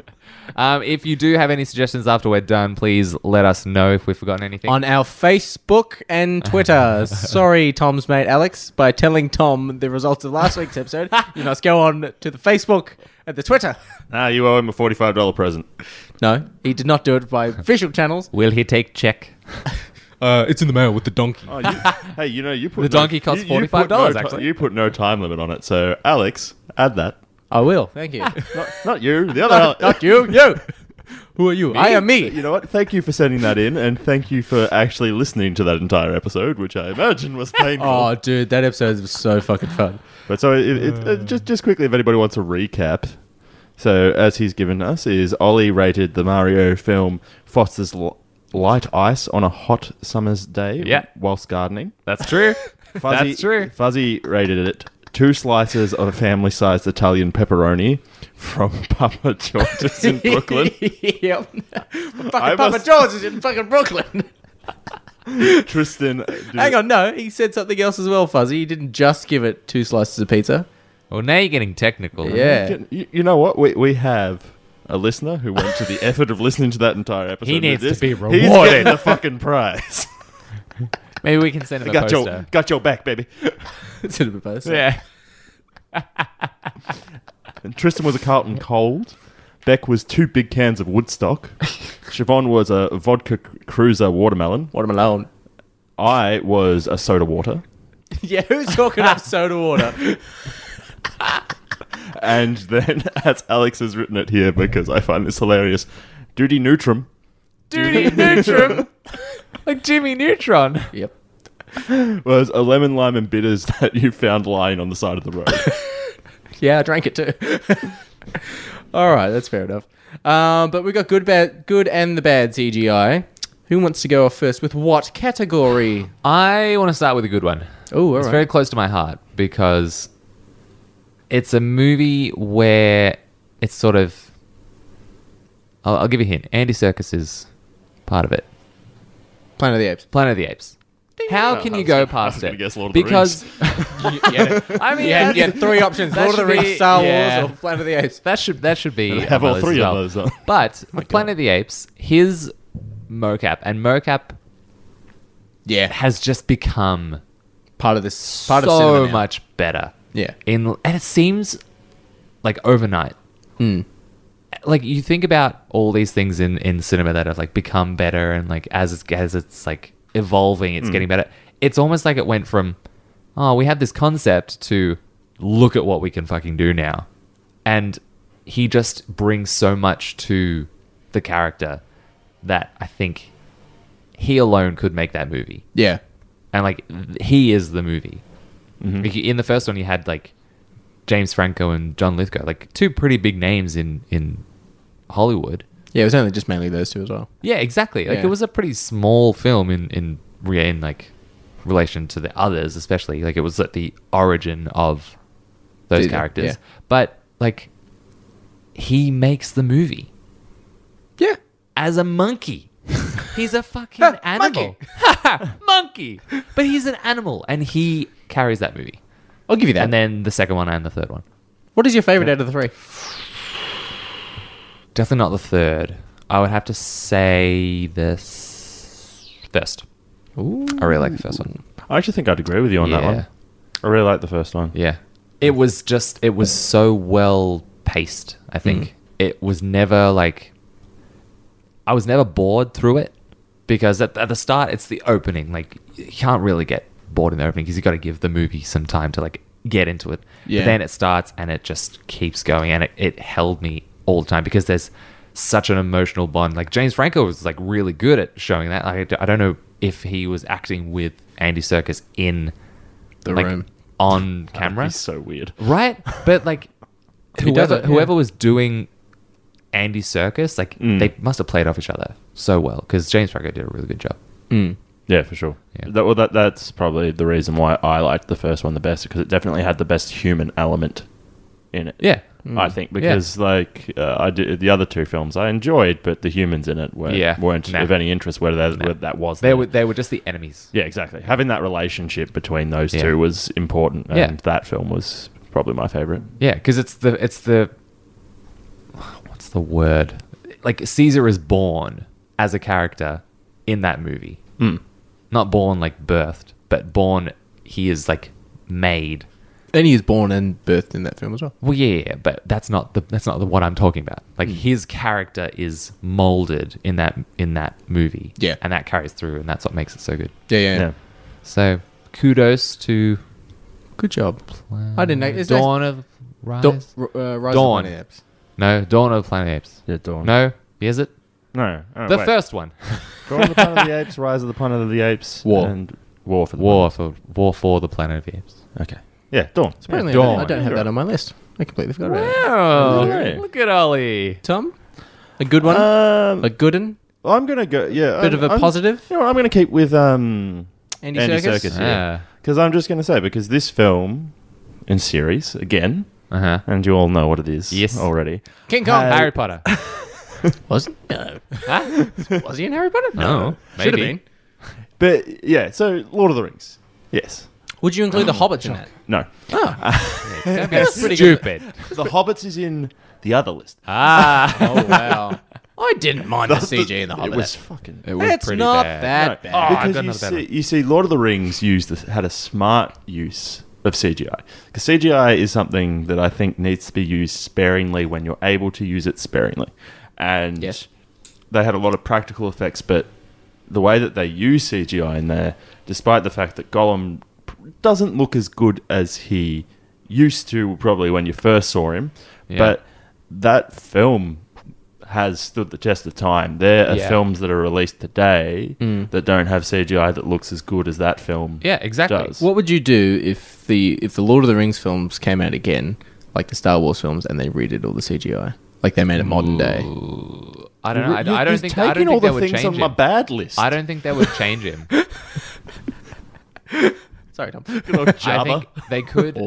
Um, if you do have any suggestions after we're done, please let us know if we've forgotten anything.
on our Facebook and Twitter. Sorry, Tom's mate Alex. By telling Tom the results of last week's episode, you must go on to the Facebook and the Twitter.
Ah, you owe him a forty-five dollar present.
No, he did not do it by official channels.
Will he take check?
Uh, it's in the mail with the donkey.
Oh, you, hey, you know you put
The donkey costs
you- you put
$45
no ti-
actually.
you put no time limit on it, so Alex, add that.
I will. Thank you.
Not, not you, the other.
not you. You. Who are you? I am
You
me.
know what? Thank you for sending that in, and thank you for actually listening to that entire episode, which I imagine was painful.
Oh, dude, that episode was so fucking fun.
But so it, it, uh, just just quickly, if anybody wants a recap, so as he's given us is Ollie rated the Mario film Foster's L- Light Ice on a hot summer's day,
Yeah.
whilst gardening.
That's true.
Fuzzy,
That's true.
Fuzzy rated it two slices of a family-sized Italian pepperoni from Papa George's in Brooklyn.
yep. fucking
I
Papa
must-
George is in fucking Brooklyn.
Tristan, did-
Hang on, no, he said something else as well, Fuzzy. He didn't just give it two slices of pizza.
Well, now you're getting technical.
Yeah.
You, you know what? We, we have a listener who went to the effort of listening to that entire episode.
He
with
needs to
this.
be
He's
rewarded.
getting the fucking prize.
Maybe we can send him a
got
poster.
your got your back, baby.
It's a bit of both.
Yeah.
And Tristan was a Carlton cold. Beck was two big cans of Woodstock. Siobhan was a vodka cruiser watermelon.
Watermelon.
I was a soda water.
Yeah, who's talking up soda water?
And then, as Alex has written it here because I find this hilarious, Duty Neutrum.
Duty Neutron. like Jimmy Neutron.
yep.
was a lemon, lime, and bitters that you found lying on the side of the road.
Yeah, I drank it too. All right, that's fair enough. Um, but we got good, bad, good, and the bad CGI. Who wants to go off first with what category?
I want to start with a good one.
Oh, all
it's
right.
very close to my heart because it's a movie where it's sort of. I'll, I'll give you a hint. Andy Circus is part of it.
Planet of the Apes.
Planet of the Apes. How can you go past
Oh, gonna
it?
guess Lord of the
because
yeah,
I mean,
yeah,
that's-
yeah, three options:
that
Lord of the
should
Rings,
be-
Star
yeah.
Wars, or Planet of the Apes.
That should that should be
They have
on my
all
list
three
as
of
well.
those, Oh though.
But Planet of the Apes, his mocap and mocap
Yeah,
has just become
part of this. Part of
so
cinema now.
much better.
Yeah.
In and it seems like overnight. Like you think about all these things in in cinema that have like become better and like as it's as it's like evolving, it's getting better. It's almost like it went from oh, we had this concept to look at what we can fucking do now. And he just brings so much to the character that I think he alone could make that movie
Yeah.
and like th- he is the movie.
Mm-hmm.
Like, in the first one, you had like James Franco and John Lithgow, like two pretty big names in in Hollywood.
Yeah, it was only just mainly those two as well.
Yeah, exactly. Like
Yeah.
it was a pretty small film in in re- in like relation to the others, especially like it was at the origin of those
Did-
characters.
yeah.
But like he makes the movie
Yeah.
as a monkey. He's a fucking animal. Monkey. But he's an animal and he carries that movie.
I'll give you that.
and then the second one and the third one.
what is your favorite out of the three?
Definitely not the third. I would have to say this first. I really like the first one.
I actually think I'd agree with you on that
Yeah.
one. I really like the first one.
Yeah. It was just it was so well paced, I
Mm.
think. It was never like I was never bored through it because at, at the start it's the opening. Like you can't really get bored in the opening because you got to give the movie some time to like get into it.
Yeah.
But then it starts and it just keeps going and it, it held me all the time because there's such an emotional bond. Like James Franco was like really good at showing that. Like I d- I don't know if he was acting with Andy Serkis in
The
like,
room.
on camera,
He's so weird.
right? But like
does
whoever
it, yeah.
whoever was doing Andy Circus, like they must have played off each other so well because James Franco did a really good job.
Yeah, for sure.
Yeah.
That, well, that that's probably the reason why I liked the first one the best because it definitely had the best human element in it.
Yeah,
I think because like uh, I did the other two films I enjoyed, but the humans in it were
Yeah.
weren't
Nah.
of any interest. Whether that, whether that was
They
there.
were they were just the enemies.
yeah, exactly. Having that relationship between those
Yeah.
two was important, and
Yeah.
that film was probably my favorite.
Yeah, because it's the it's the what's the word? Like Caesar is born as a character in that movie. Not born like birthed, but born he is like made.
And he is born and birthed in that film as well.
Well, yeah, yeah, but that's not the that's not the what I'm talking about. Like
Hmm.
his character is molded in that in that movie.
Yeah.
and that carries through, and that's what makes it so good.
Yeah, yeah.
Yeah.
So kudos to
Good job. I didn't know. It's
Dawn of Rise.
Nice. Dawn. uh, Rise
Dawn.
Of the Planet Apes.
no, Dawn of the Planet of the Apes.
Yeah, Dawn.
No, is it
no, oh,
the
wait.
first one?
Dawn of the Planet of the Apes, Rise of the Planet of the Apes,
War.
and War for the
War for War for the Planet of the Apes.
Okay, yeah, Dawn.
Apparently,
yeah.
I, don't, I don't have that on my list. I completely forgot about it.
Oh,
Really?
look at Ollie.
Tom, a good one,
Uh,
Um,
a good one,
well, I'm gonna go. Yeah,
bit
I'm-
of a
I'm-
positive.
You know, what, I'm gonna keep with um,
Andy,
Andy
Circus.
Serkis.
Yeah.
because I'm just gonna say because this film and series again,
Uh huh.
and you all know what it is.
Yes.
already.
King Kong,
Uh,
Harry Potter.
Wasn't no.
huh?
Was he in Harry Potter?
No,
should have
maybe.
been.
But yeah, so Lord of the Rings. Yes.
Would you include the Hobbits in that?
No.
Oh, That's stupid.
the Hobbits is in the other list.
ah,
Oh wow! I didn't mind the, CG in the Hobbit.
It was fucking.
it
That's not that
No,
bad.
Oh, I've
because
got
you
another bad
see, you see, Lord of the Rings used this, had a smart use of CGI. Because CGI is something that I think needs to be used sparingly when you're able to use it sparingly. And
Yes.
they had a lot of practical effects, but the way that they use CGI in there, despite the fact that Gollum p- doesn't look as good as he used to probably when you first saw him,
Yeah.
but that film has stood the test of time. There are
Yeah. Hmm.
films that are released today that don't have CGI that looks as good as that film.
Yeah, exactly.
Does.
What would you do if the if the Lord of the Rings films came out again, like the Star Wars films, and they redid all the CGI, like they made it modern day?
I don't know.
You're-
I, I don't
you're
think.
taking
I don't
all
think they
the
would
things on
change
my
him.
bad list.
I don't think they would change him.
Sorry, Tom.
I think they could.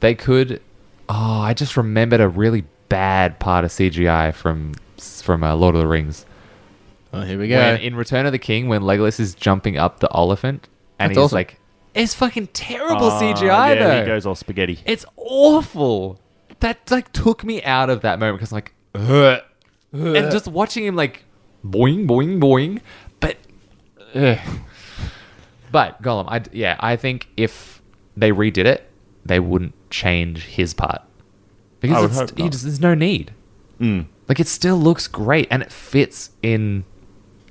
They could. Oh, I just remembered a really bad part of CGI from from uh, Lord of the Rings.
Oh, here we
when
go.
in Return of the King when Legolas is jumping up the elephant and
That's
he's
awesome.
like, it's fucking terrible CGI
Ah, Oh, yeah,
though.
he goes all spaghetti.
it's awful. That like took me out of that moment because I'm like, "Ugh." and just watching him like, boing boing boing, but, ugh. but Gollum, I yeah, I think if they redid it, they wouldn't change his part
I
because
would
it's,
hope
he
not. Mm.
just, there's no need. Like it still looks great and it fits in,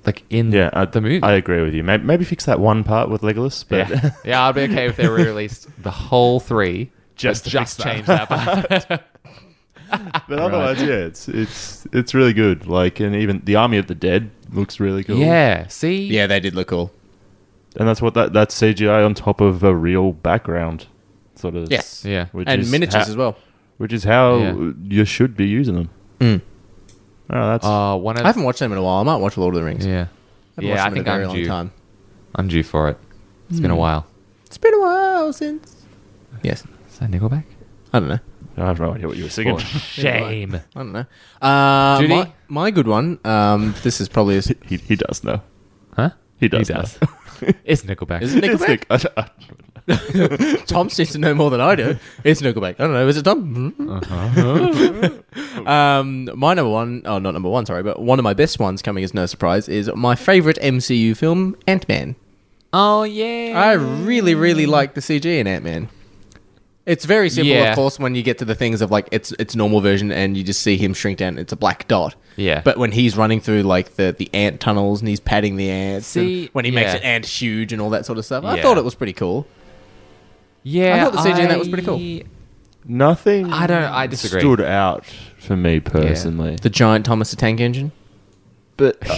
like in
yeah, I,
the movie.
I agree with you. Maybe, maybe fix that one part with Legolas, but
yeah, yeah, I'd be okay if they re-released the whole three.
Just
but
to
just
fix that.
change that part.
But otherwise, yeah, it's it's it's really good. Like, and even the Army of the Dead looks really cool.
Yeah. See.
yeah, they did look cool.
and that's what that that's CGI on top of a real background, sort of.
Yes.
Yeah.
Which
and
is
miniatures
ha-
as well.
Which is how
Yeah. Mm.
you should be using them. Oh, that's
Uh, one of
I haven't watched them in a while. I might watch Lord of the Rings.
yeah.
I haven't
yeah,
watched
I
them
think
in a very
I'm
long
due.
time.
I'm due for it. It's been a while.
It's been a while since. Yes,
Is that Nickelback?
I don't know.
I have no idea what you were singing.
For Oh, shame.
I don't know. Uh,
Judy?
My, my good one. Um, this is probably a,
he, he does know.
Huh?
He does.
He does.
Know.
It's Nickelback.
is it
It's
Nickelback?
Nick- I don't- I-
Tom seems to know more than I do. It's Nickelback. I don't know. Is it Tom?
Uh-huh.
um, my number one, oh, not number one, sorry, but one of my best ones coming as no surprise is my favorite MCU film, Ant Man.
oh yeah.
I really, really like the CG in Ant Man. It's very simple,
Yeah.
of course, when you get to the things of like it's it's normal version and you just see him shrink down. It's a black dot.
Yeah.
But when he's running through like the, the ant tunnels and he's patting the ants,
See,
and when he makes
yeah.
an ant huge and all that sort of stuff, I
Yeah.
thought it was pretty cool.
yeah.
I thought the CG in that was pretty cool.
I-
Nothing.
I don't- I disagree.
Stood out for me personally,
The giant Thomas the Tank Engine.
but
uh,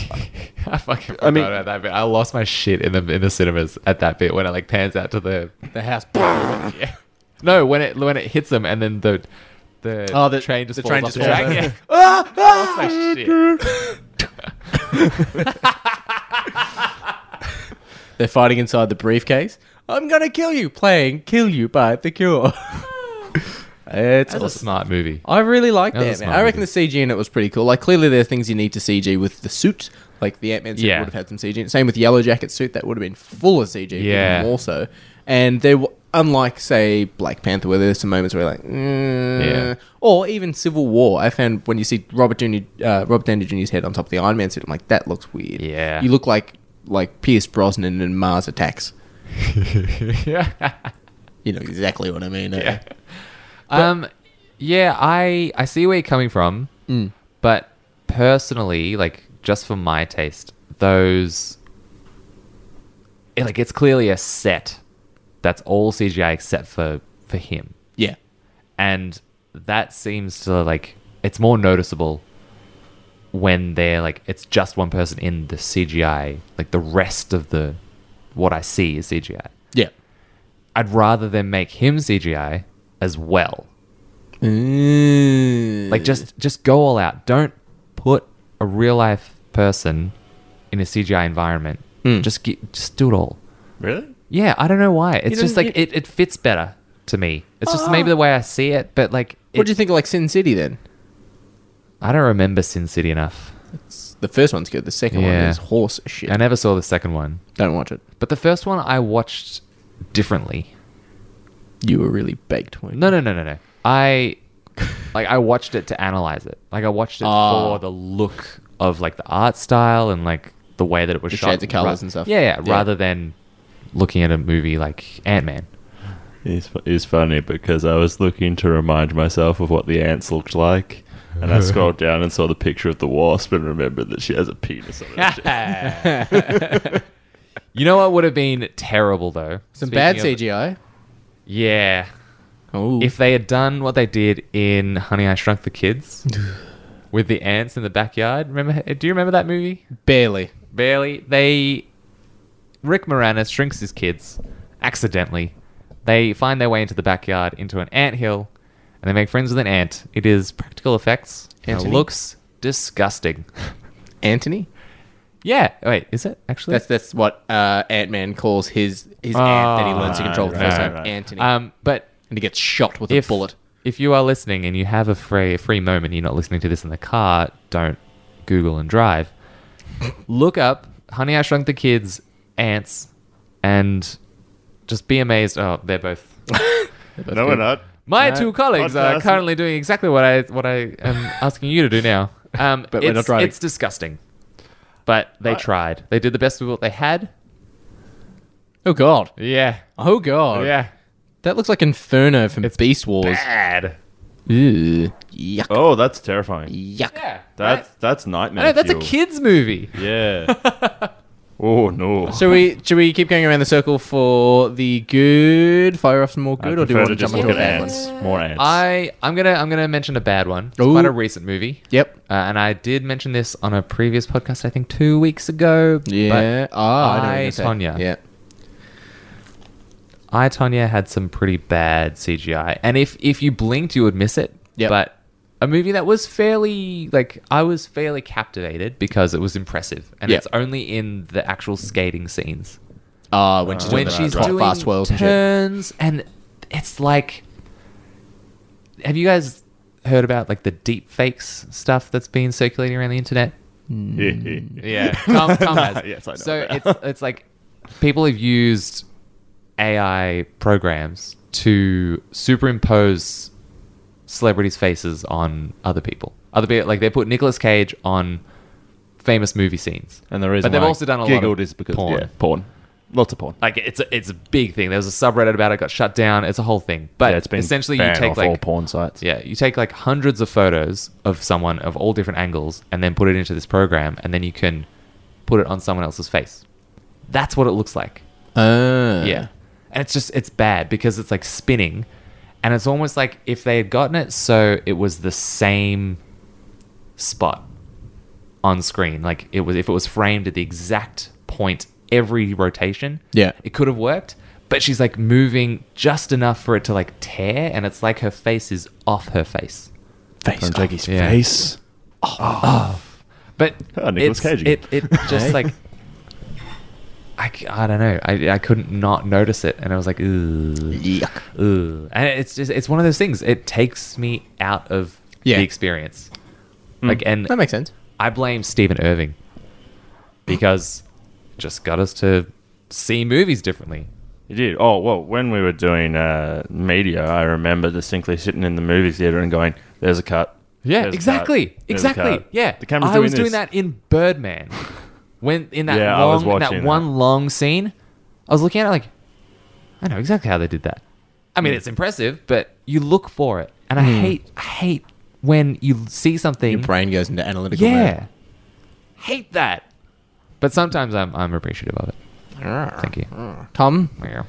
I fucking forgot
I mean-
about that bit. I lost my shit in the in the cinemas at that bit when it like pans out to the the house. yeah. No, when it when it hits them and then the the
Oh, the-
train just
the
falls
train
off
just
the
falls
track.
over.
Yeah. I lost my shit.
They're fighting inside the briefcase. I'm gonna kill you, playing Kill You by The Cure. It's
That's a
awesome.
smart movie.
I really like
That
the
was a
Ant Man.
smart
I reckon the
movie.
CG in it was pretty cool. Like, clearly, there are things you need to CG with the suit. Like, the Ant Man suit
Yeah.
would have had some CG. in it. Same with Yellow Jacket suit, that would have been full of CG. even
Yeah.
More so. And there, w- unlike, say, Black Panther, where there's some moments where, like, mm,
Yeah.
Or even Civil War. I found when you see Robert, Jr., uh, Robert Downey Jr.'s head on top of the Iron Man suit, I'm like, that looks weird.
Yeah.
You look like like Pierce Brosnan in Mars Attacks. You know exactly what I mean. eh? Yeah.
Um, yeah, I I see where you're coming from, but personally, like just for my taste, those it, like it's clearly a set that's all CGI except for for him,
Yeah.
and that seems to like it's more noticeable when they're like it's just one person in the CGI, like the rest of the what I see is CGI.
Yeah.
I'd rather them make him CGI as well.
Mm.
Like just just go all out. Don't put a real life person in a CGI environment. Just ge- just do it all.
Really?
Yeah, I don't know why. It's just
don't-
like it, it fits better to me. It's just maybe the way I see it, but like
Oh. What
it-
do you think of like Sin City then?
I don't remember Sin City enough.
The first one's good. The second one
Yeah.
is horse shit.
I never saw the second one,
Don't watch it.
but the first one I watched differently.
You were really baked. When
No, no, no, no, no. I like I watched it to analyze it. Like I watched it
Ah.
for the look of like the art style and like the way that it was
The
shot,
shades of colours
Ra-
and stuff.
Yeah, yeah,
Yeah.
rather than looking at a movie like Ant Man.
It's, fu- it's funny because I was looking to remind myself of what the ants looked like. And I scrolled down and saw the picture of the wasp and remembered that she has a penis on her chin.
You know what would have been terrible though?
some
Speaking
bad
of-
CGI.
Yeah.
Oh,
If they had done what they did in Honey I Shrunk the Kids with the ants in the backyard, remember do you remember that movie?
barely.
Barely. They Rick Moranis shrinks his kids accidentally. They find their way into the backyard into an ant hill, and they make friends with an ant. It is practical effects. and it
Anthony?
looks disgusting.
Anthony.
yeah. Wait, is it actually?
That's that's what uh, Ant Man calls his his ant that he learns to control the
right,
first
right,
time.
right.
Anthony,
um, but
and he gets shot with
if
a bullet.
if you are listening and you have a free a free moment, you're not listening to this in the car. Don't Google and drive. Look up "Honey I Shrunk the Kids" ants, and just be amazed. Oh, they're both
No, we're not.
My two colleagues
Podcast.
are currently doing exactly what I what I am asking you to do now. Um,
But
it's,
we're not driving. Uh,
It's disgusting, but they tried. They did the best with what they had.
Oh god.
Yeah,
Oh god.
yeah,
That looks like Inferno from Beast Wars.
bad.
Ew. Yuck.
Oh, that's terrifying.
Yuck.
Yeah,
That's that's
I
nightmare.
know, that's a
fuel.
kids movie.
Yeah. oh no.
Should we should we keep going around the circle for the good? Fire off some more good, or do we want to jump
look
into a
at
bad
ants?
one?
More ants.
I I'm gonna I'm gonna mention a bad one. It's
Ooh.
quite a recent movie.
Yep.
Uh, and I did mention this on a previous podcast, I think two weeks ago. but
Yeah. Ah, know what
I,
you're saying.
Tonya.
Yeah.
I Tonya had some pretty bad CGI, and if if you blinked, you would miss it.
Yep.
But a movie that was fairly like I was fairly captivated because it was impressive, and
Yep.
it's only in the actual skating scenes
Ah, when she's
when
doing the
she's
top
doing
fast twirls and shit.
turns, and it's like, have you guys heard about like the deep fakes stuff that's been circulating around the internet? Yeah, Tom, Tom has.
Yes, I know
so
about
it's it's like people have used AI programs to superimpose celebrities' faces on other people. Other people, like they put Nicolas Cage on famous movie scenes,
and the
but
reason
they've
why I
also done a lot
giggled
of
is because
porn.
yeah, porn. Lots of porn.
Like it's a, it's a big thing. There was a subreddit about it, got shut down. It's a whole thing. But
yeah, it's been
essentially, you
banned
take
off
like
all porn sites.
yeah, you take like hundreds of photos of someone of all different angles and then put it into this program and then you can put it on someone else's face. That's what it looks like.
Ah.
Yeah. And it's just it's bad because it's like spinning and it's almost like if they had gotten it so it was the same spot on screen. Like it was if it was framed at the exact point every rotation,
Yeah.
it could have worked. But she's like moving just enough for it to like tear, and it's like her face is off her face.
Face Don't take his
Yeah.
face.
But
Oh, Nicolas
it's,
Cage
it
again.
it just like I, c- I don't know. I, I couldn't not notice it, and I was like, ugh,
Yuck.
ugh. And it's just it's one of those things. It takes me out of
Yeah. Mm.
the experience. Like, and
That makes sense.
I blame Stephen Irving because it just got us to see movies differently.
You did. Oh, well, when we were doing uh, media, I remember distinctly sitting in the movie theater and going, there's a cut.
Yeah,
There's a
exactly,
cut. There's a
exactly.
cut.
Yeah,
The camera's
I
doing
was doing
this.
that in Birdman when in that
Yeah, I was
long, in that
watching
one
that.
long scene. I was looking at it like, I know exactly how they did that. I mean, it's impressive, but you look for it, and
Hmm.
I hate, I hate when you see something.
Your brain goes into analytical
yeah, hate that. But sometimes I'm, I'm appreciative of it. Thank you.
Hmm.
mode. Tom,
Yeah.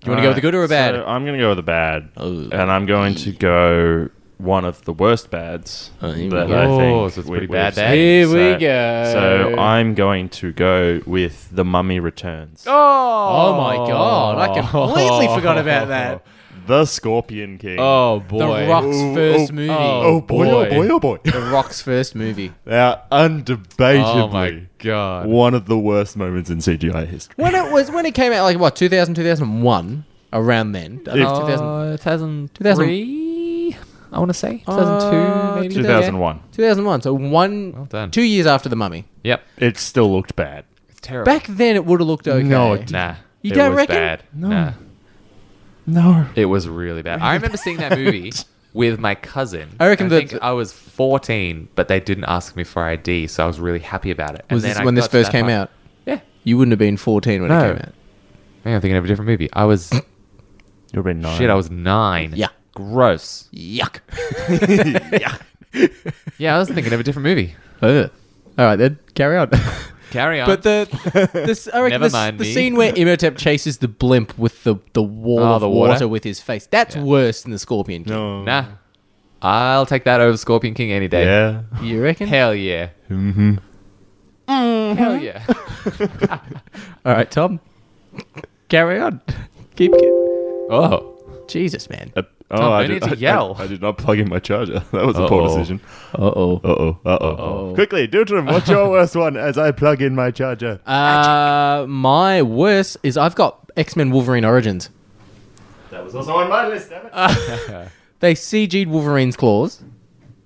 do you want to go with the good or a bad?
Uh, So I'm going to go with the bad. And I'm going to go one of the worst bads
Oh, here we
that
go.
I think
Oh, so it's
we-
pretty
we've
bad
seen.
bad.
Here we
So-
go.
So I'm going to go with The Mummy Returns.
oh my god, I completely forgot about that.
The Scorpion King.
Oh
The
boy.
Rock's
Oh,
first
oh,
movie.
oh,
boy, oh boy, oh boy.
The Rock's first movie.
Now, undebatably,
Oh my god.
one of the worst moments in CGI history.
When it was when it came out, like what 2000, 2001, around then. I don't know, 2000,
Uh, 2000,
2003?
I want to say 2002
Uh,
maybe.
2000.
2001.
2001. So one,
Well done.
two years after the Mummy.
Yep.
It still looked bad.
It's terrible.
Back then, it would have looked okay.
No, it
Oh, Nah.
You
it
don't
was
reckon?
Bad. Nah.
No.
It was really bad. I remember seeing that movie with my cousin.
I reckon
I
the-
think I was 14, but they didn't ask me for ID, so I was really happy about it. And
was
then
this
I
when this
got to
first
that
came
part-
out?
Yeah.
You wouldn't have been 14 when
No.
it came out.
Man, I'm thinking of a different movie. I was
You've been nine.
shit. I was nine.
Yeah.
Gross.
Yuck.
Yeah, I was thinking of a different movie.
Ugh. All right, then carry on.
Carry on.
but the this I reckon
Never
this,
mind
the
me.
scene where Imhotep chases the blimp with the the wall
Oh,
of
the
water.
water?
with his face. That's
Yeah.
worse than the Scorpion King.
No.
nah, I'll take that over Scorpion King any day.
Yeah.
You reckon?
Hell yeah. Mm-hmm. Hell yeah.
Mm-hmm. All right, Tom. Carry on. Keep it.
oh.
Jesus, man.
Uh, oh,
Tom,
I
you
did,
need to
I-
yell.
I, I did not plug in my charger. That was a poor
Uh-oh.
decision.
Uh-oh.
Uh oh. Uh oh. Quickly, Dutrim, what's your worst one as I plug in my charger?
Uh, my worst is I've got X Men Wolverine Origins.
that was also on my list, damn
uh,
it.
They CG'd Wolverine's claws.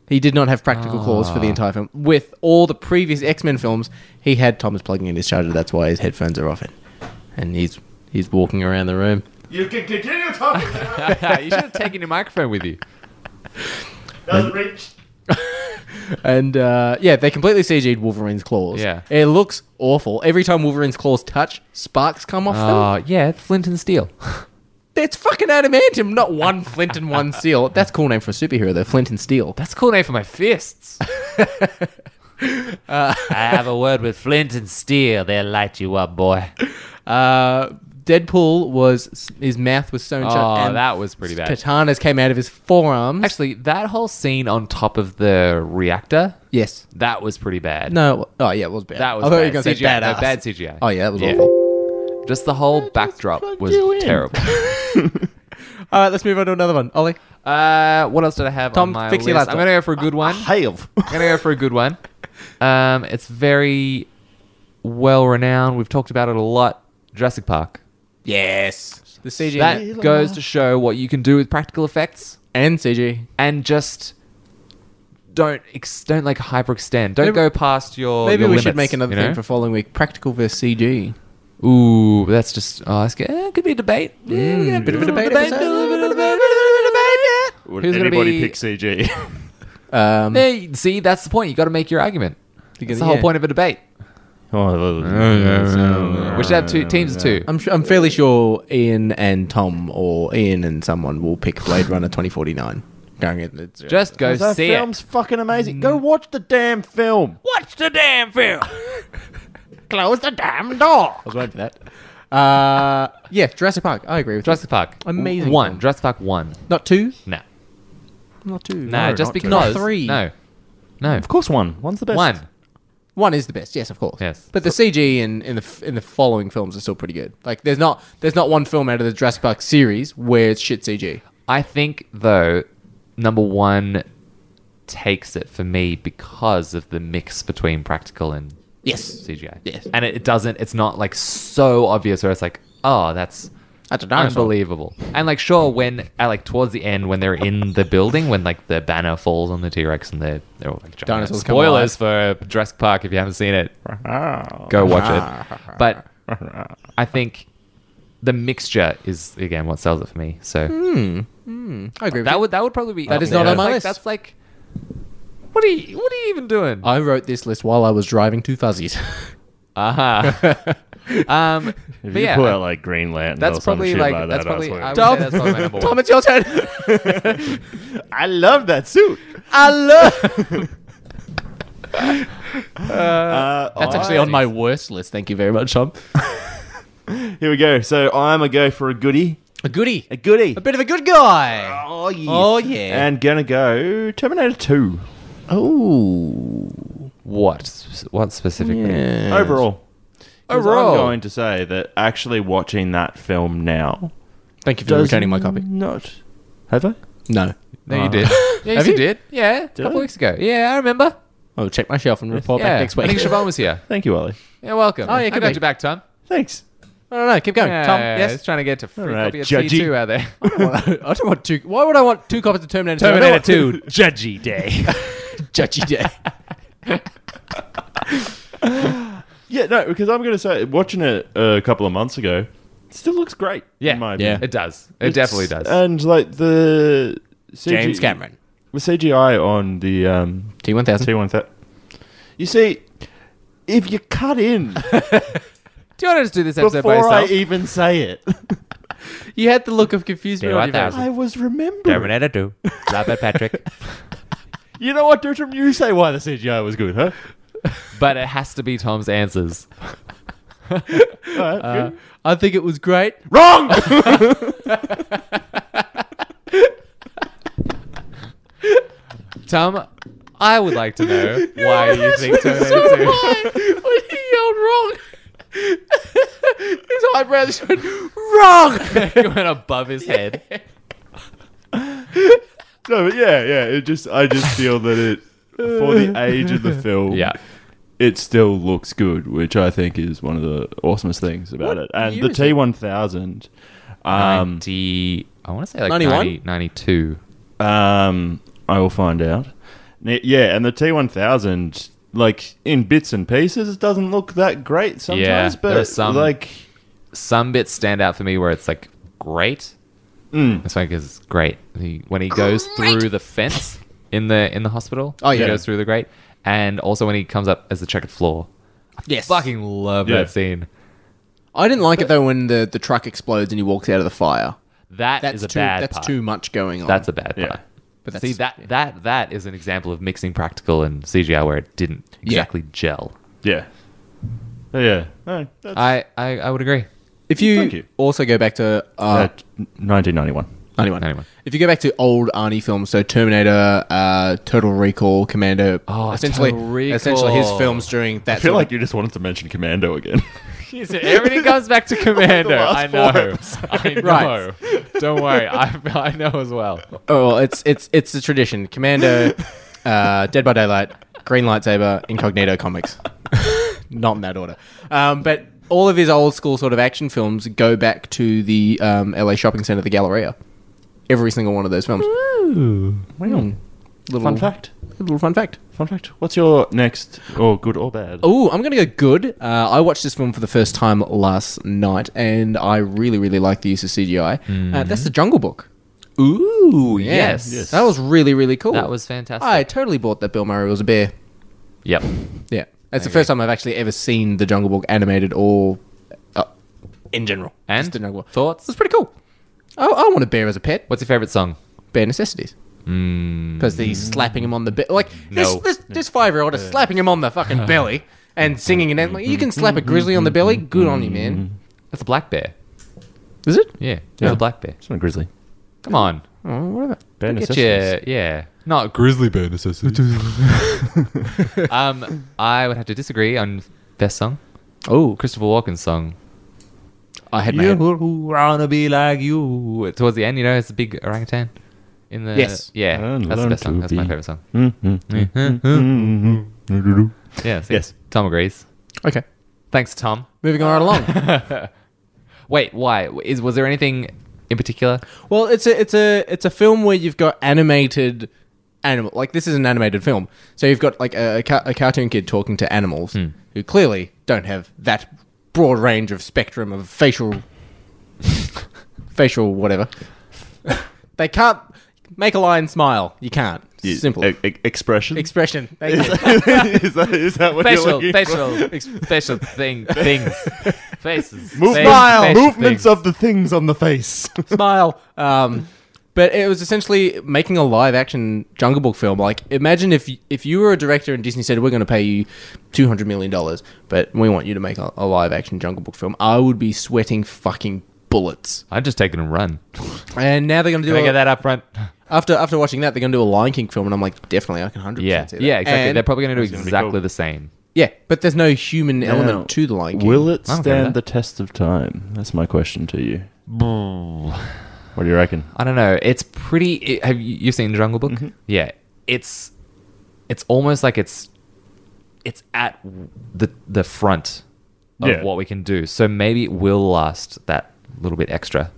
He did not have practical claws
Ah.
for the entire film. With all the previous X Men films, he had Thomas plugging in his charger. That's why his headphones are off it, and he's he's walking around the room.
you can continue talking.
you should have taken your microphone with you.
Doesn't reach.
And uh, yeah, they completely CG'd Wolverine's claws.
Yeah.
it looks awful. Every time Wolverine's claws touch, sparks come off them.
Uh, yeah, Flint and Steel.
That's fucking adamantium, not one flint and one steel. That's a cool name for a superhero though, flint and steel.
That's a cool name for my fists.
Uh,
I have a word with Flint and Steel. They'll light you up, boy.
Uh, Deadpool was his mouth was sewn shut.
Oh,
and
that was pretty bad.
Katanas came out of his forearms.
Actually, that whole scene on top of the reactor,
yes.
that was pretty bad.
No. Oh yeah, it was bad.
That was
I thought
bad.
you were going to say
CGI, no,
badass.
bad CGI.
Oh yeah, that was
Yeah.
awful.
Just the whole backdrop was terrible.
All right, let's move on to another one. Ollie,
Uh, what else did I have
Tom,
on my
fix
list?
your laptop.
I'm gonna go for a good one.
Hail.
I'm gonna go for a good one. Um, it's very well renowned. We've talked about it a lot. Jurassic Park.
yes, the CG
That goes to show what you can do with practical effects,
and CG.
and just don't ex- don't like hyperextend. Don't
Maybe-
go past your.
Maybe
your
we should
limits,
make another
you know?
thing for following week: practical versus CG.
Ooh, but that's just oh, that's good. Eh, could be a debate. Yeah, we can have
Mm. bit of a debate episode.
Who's
Would
gonna
anybody
be-
pick CG?
Um,
Hey, see, that's the point. You got to make your argument. That's the
yeah.
whole point of a debate.
oh,
We should have two
Uh,
teams of two.
I'm su- I'm fairly sure Ian and Tom or Ian and someone will pick Blade Runner 2049. Going in, it's,
Just go
that
see
film's fucking amazing. Go watch the damn film.
it. Watch the damn film.
close the damn door. I was waiting for that. Uh, yeah, Jurassic Park. I agree with you.
Jurassic Park.
Amazing
One.
film.
Jurassic Park one.
Not two.
No.
Not two.
No, just
not two.
because.
Not three.
No. No.
Of course, one. One's the best.
One.
One is the best. Yes, of course.
Yes.
But the CG in, in the f- in the following films are still pretty good. Like there's not there's not one film out of the Jurassic Park series where it's shit CG.
I think though, number one takes it for me because of the mix between practical and
Yes.
CGI.
Yes.
And it, it doesn't, it's not like so obvious where it's like, oh, that's
That's a dinosaur.
unbelievable. And like, sure, when, uh, like, towards the end, when they're in the building, when like the banner falls on the T Rex and they're, they're all like, giant.
Dinosaurs come
spoilers for Jurassic Park if you haven't seen it,
Ah.
go watch it. But I think the mixture is, again, what sells it for me.
Hmm.
So
I agree. With
that
you.
would, that would probably be,
That
up
is
there.
not
That's
on my
like-
list.
That's like, what are you, what are you even doing?
I wrote this list while I was driving to Fuzzies.
Uh-huh. um,
If
but
you
yeah,
put
I-
out like Green Lantern
that's
or some
probably
shit
like,
like
that's
that, I
probably
swear.
I would
Tom-
say that's probably my number
Tom,
one.
it's your turn.
I love that suit.
I love.
Uh,
That's
I-
actually on my worst list. Thank you very much, Tom.
Here we go. So I'm a go for a goodie.
A goodie.
A goodie.
A bit of a good guy.
oh yeah.
Oh, yeah.
And gonna go Terminator Two
Oh.
What? What specifically?
overall. 'Cause
Overall.
I'm going to say that actually watching that film now.
Thank you for returning my copy.
Not. Have I?
No.
No, you did. yes,
Have
you
you?
did. Yeah, a couple
I?
weeks ago. Yeah, I remember.
I'll check my shelf and report
yeah,
back next
I
week.
think Siobhan was here.
Thank you, Ollie.
Yeah, welcome.
Oh, yeah,
I
could
got
be.
you back, Tom.
Thanks.
I don't know. Keep going,
Yeah,
Tom.
yeah,
yes.
it's trying to get to free
All right,
copy of
judgy.
C2 out there.
I don't want two. Why would I want two copies of Terminator? two? I don't want-
Two Judgy Day.
Judgy Day.
yeah, no, because I'm going to say watching it uh, a couple of months ago it still looks great.
Yeah,
in my
yeah.
opinion.
It does. It definitely does.
And like the CG-
James Cameron.
the CGI on the um,
T one
T
thousand.
one that you see. If you cut in
do you want to just do this episode by
before I
yourself?
even say it,
You had the look of confusion. on your face.
T1000.
I was remembering.
Terminator 2. Robert Patrick.
You know what, Dutram? You say why the CGI was good, huh?
but it has to be Tom's answers.
Alright, good.
I think it was great.
Wrong.
Tom, I would like to know why you think Terminator 2.
when he yelled wrong, his eyebrows went wrong.
It went above his head.
no, but yeah, yeah. It just, I just feel that it, for the age of the film,
Yeah.
it still looks good, which I think is one of the awesomest things about it. And
year
the
is it?
T one thousand, um,
90, I want to say like
91?
90, 92.
um, I will find out. N- Yeah, and the T one thousand, like in bits and pieces, it doesn't look that great sometimes.
Yeah, there
but
are some-
like,
Some bits stand out for me where it's like great. That's why because it's great. He, when he goes through the fence in the in the hospital,
Oh,
he
yeah.
goes through the grate, and also when he comes up as the checkered floor.
yes.
Fucking love
Yeah.
that scene.
I didn't like it though when the, the truck explodes and he walks out of the fire.
that's
That's
a
too
bad
that's
part.
too much going on.
That's a bad
Yeah.
part.
But
See
that's-
that that that is an example of mixing practical and CGI where it didn't
Yeah.
exactly gel.
yeah, yeah. No, that's,
I, I I would agree.
if you,
Thank you.
also go back to uh,
That- 1991.
91.
91.
If you go back to old Arnie films, so Terminator, uh, Total Recall, Commando,
Oh,
essentially,
Total Recall.
essentially his films during that.
I feel
sort
like
of-
you just wanted to mention Commando again.
Everything comes back to Commando. I
last
know.
four
I know.
Right.
Don't worry. I, I know as well.
oh, well, it's it's it's a tradition. Commando, uh, Dead by Daylight, Green Lightsaber, Incognito comics, not in that order. Um, but all of his old school sort of action films go back to the um, LA shopping center, the Galleria. Every single one of those films.
Well,
Little
fun fact.
Little fun fact.
Fun fact. What's your next, or good or bad?
Oh, I'm going to go good. Uh, I watched this film for the first time last night, and I really, really like the use of CGI. Uh, that's the Jungle Book.
Ooh,
Yeah.
Mm-hmm. yes.
That was really, really cool.
That was fantastic.
I totally bought that Bill Murray was a bear.
Yep.
Yeah. That's the first time I've actually ever seen the Jungle Book animated or uh, in general.
And
Just the Jungle Book.
thoughts?
It's pretty cool. I, I want a bear as a pet.
What's your favorite song?
Bear necessities. Because he's slapping him on the be- like
No.
this this, this five year old is slapping him on the fucking belly and singing and then like you can slap a grizzly on the belly. Good on you, man.
It's a black bear.
Is it?
Yeah, it's
Yeah.
a black bear.
It's not a grizzly.
Come on,
Oh, whatever.
Bare
get
necessities.
your yeah. Not grizzly bear necessities. um, I would have to disagree on best song.
Oh,
Christopher Walken's song.
I had my
You
head.
wanna be like you? Towards the end, you know, it's a big orangutan. In the
Yes.
yeah,
And
that's the
learn
best song.
to
That's my
be-
favorite song.
Mm, mm, mm, mm, mm, mm, mm, mm, mm.
Yeah, see,
Yes.
Tom agrees.
Okay.
Thanks, Tom.
Moving on right along.
Wait, why? Is was there anything in particular?
well, it's a it's a it's a film where you've got animated animal like this is an animated film. So you've got like a, a, ca- a cartoon kid talking to animals who clearly don't have that broad range of spectrum of facial facial whatever. they can't make a lion smile. You can't. Simple.
E- e- expression.
Expression. Thank you.
is, that, is that what you're
Facial,
looking
facial, ex- facial thing, things, faces,
Move-
face-
Smile.
facial
Movements
things.
of the things on the face.
smile. Um, but it was essentially making a live action Jungle Book film. Like, imagine if y- if you were a director and Disney said, "We're going to pay you two hundred million dollars, but we want you to make a, a live action Jungle Book film," I would be sweating fucking bullets.
I'd just take it and run.
And now they're going to do
Can I
a-
get that up front?
after after watching that, they're going to do a Lion King film, and I'm like, definitely, I can hundred
Yeah,
percent see that.
yeah, exactly.
And-
They're probably going to do
gonna be
exactly
cool.
the same.
yeah, but there's no human
Now,
element to the Lion King.
Will it
I don't care about
stand the test of time? That's my question to you. What do you reckon?
I don't know. It's pretty. It, have you you've seen Jungle Book? Yeah, it's it's almost like it's it's at the the front of
Yeah.
what we can do. So maybe it will last that little bit extra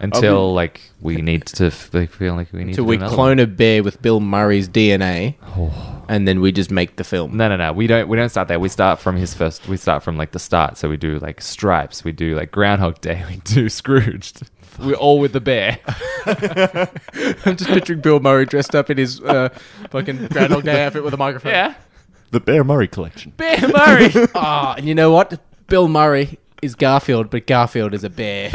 until like we need to f- like, feel like we need
So
to
we
do another
clone
one.
a bear with Bill Murray's DNA,
Oh.
and then we just make the film.
No, no, no. We don't. We don't start there. We start from his first. We start from like the start. So we do like stripes. We do like Groundhog Day. We do Scrooged. We're all with the bear.
I'm just picturing Bill Murray dressed up in his uh, fucking Groundhog Day outfit with a microphone.
yeah,
The Bear Murray collection.
Bear Murray.
Ah, and you know what? Bill Murray is Garfield, but Garfield is a bear.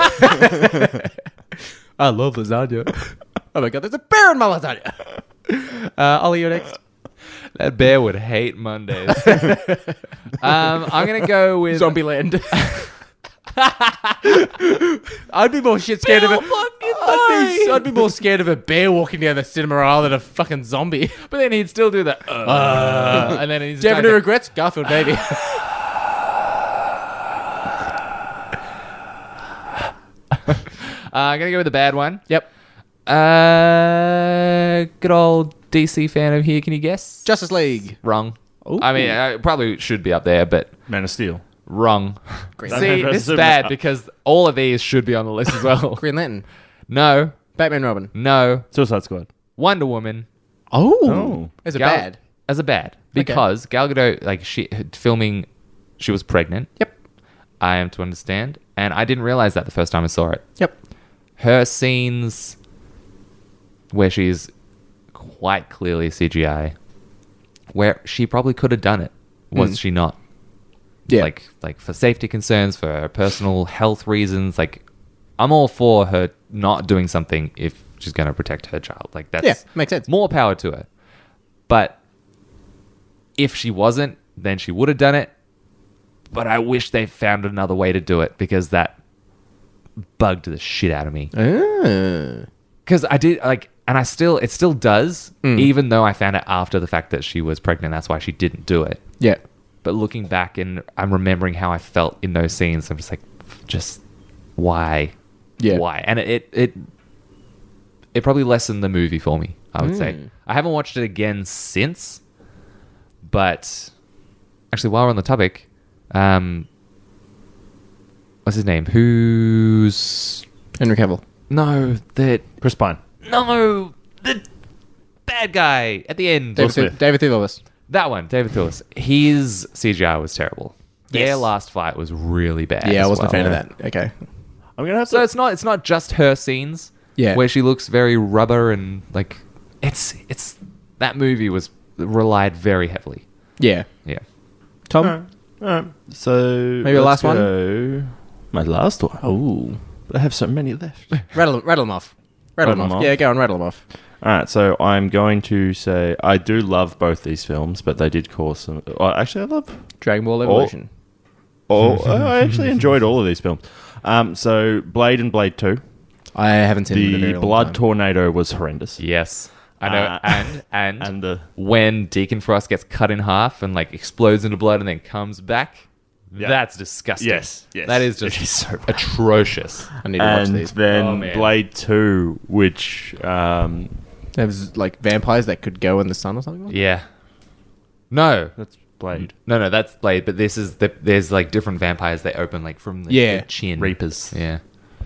I love lasagna. Oh my god, there's a bear in my lasagna. Uh, Ollie, you're next.
That bear would hate Mondays. um, I'm gonna go with
Zombieland. I'd be more shit scared
Bill
of a.
fucking
I'd be,
Murray.
I'd be more scared of a bear walking down the cinema aisle than a fucking zombie.
But then he'd still do that. Uh, and then he's
Do you have
trying
any
to-
regrets? Garfield, baby.
Uh, I'm gonna go with the bad one.
yep.
Uh, good old DC fan of here. Can you guess?
Justice League.
wrong. I mean, I probably should be up there, but
Man of Steel.
wrong. See,
Batman
this
versus
is bad
Superman.
because all of these should be on the list as well.
Green Lantern.
no,
Batman Robin.
no.
Suicide Squad.
Wonder Woman.
Oh.
Oh.
As a
Gal-
bad.
As a bad because Gal Gadot, like she filming, she was pregnant.
Yep.
I am to understand, and I didn't realize that the first time I saw it.
Yep.
her scenes where she's quite clearly CGI, where she probably could have done it, was
Mm.
she not?
Yeah.
Like, like for safety concerns, for her personal health reasons. Like, I'm all for her not doing something if she's going to protect her child. Like, that's
Yeah, makes sense.
More power to her. But if she wasn't, then she would have done it. But I wish they found another way to do it because that bugged the shit out of me
Uh. Ah.
because I did like, and I still it still does,
Mm.
even though I found it after the fact that she was pregnant. That's why she didn't do it.
yeah.
But looking back and I'm remembering how I felt in those scenes. I'm just like, just why,
Yeah.
why? And it it it, it probably lessened the movie for me. I would say I haven't watched it again since, but actually, while we're on the topic, um, what's his name? Who's
Henry Cavill.
no that
Chris Pine.
no, the bad guy at the end.
David,
Smith.
Th- David Thewlis.
That one, David Thewlis. His CGI was terrible. Their
Yes.
last fight was really bad.
Yeah, I
as
wasn't a
well.
fan of that. Okay.
I'm gonna have
So
to.
it's not it's not just her scenes.
Yeah.
Where she looks very rubber and like it's it's that movie was relied very heavily.
Yeah.
Yeah.
Tom?
Alright, so
Maybe a
let's
last
go- My last one. Oh, but I have so many left.
Rattle, rattle them off. Rattle,
Rattle
them off.
them off.
Yeah, go on, rattle them off.
All right, so I'm going to say I do love both these films, but they did cause some. Well, actually, I love
Dragon Ball Evolution.
all. I actually enjoyed all of these films. Um, so Blade and Blade Two,
I haven't seen it in a
the
very long
blood
time.
tornado was horrendous,
Yes. I know.
Uh,
and and
and the
when Deacon Frost gets cut in half and like explodes into blood and then comes back. That's disgusting.
Yes, yes.
That is just
It is so bad.
atrocious.
I need to watch
and
these.
then
Oh, man.
Blade Two, which um,
There was like vampires that could go in the sun or something.
Yeah. No.
that's Blade.
No, no, that's Blade. But this is the, there's like different vampires. They open like from the,
Yeah.
the chin.
Reapers.
Yeah,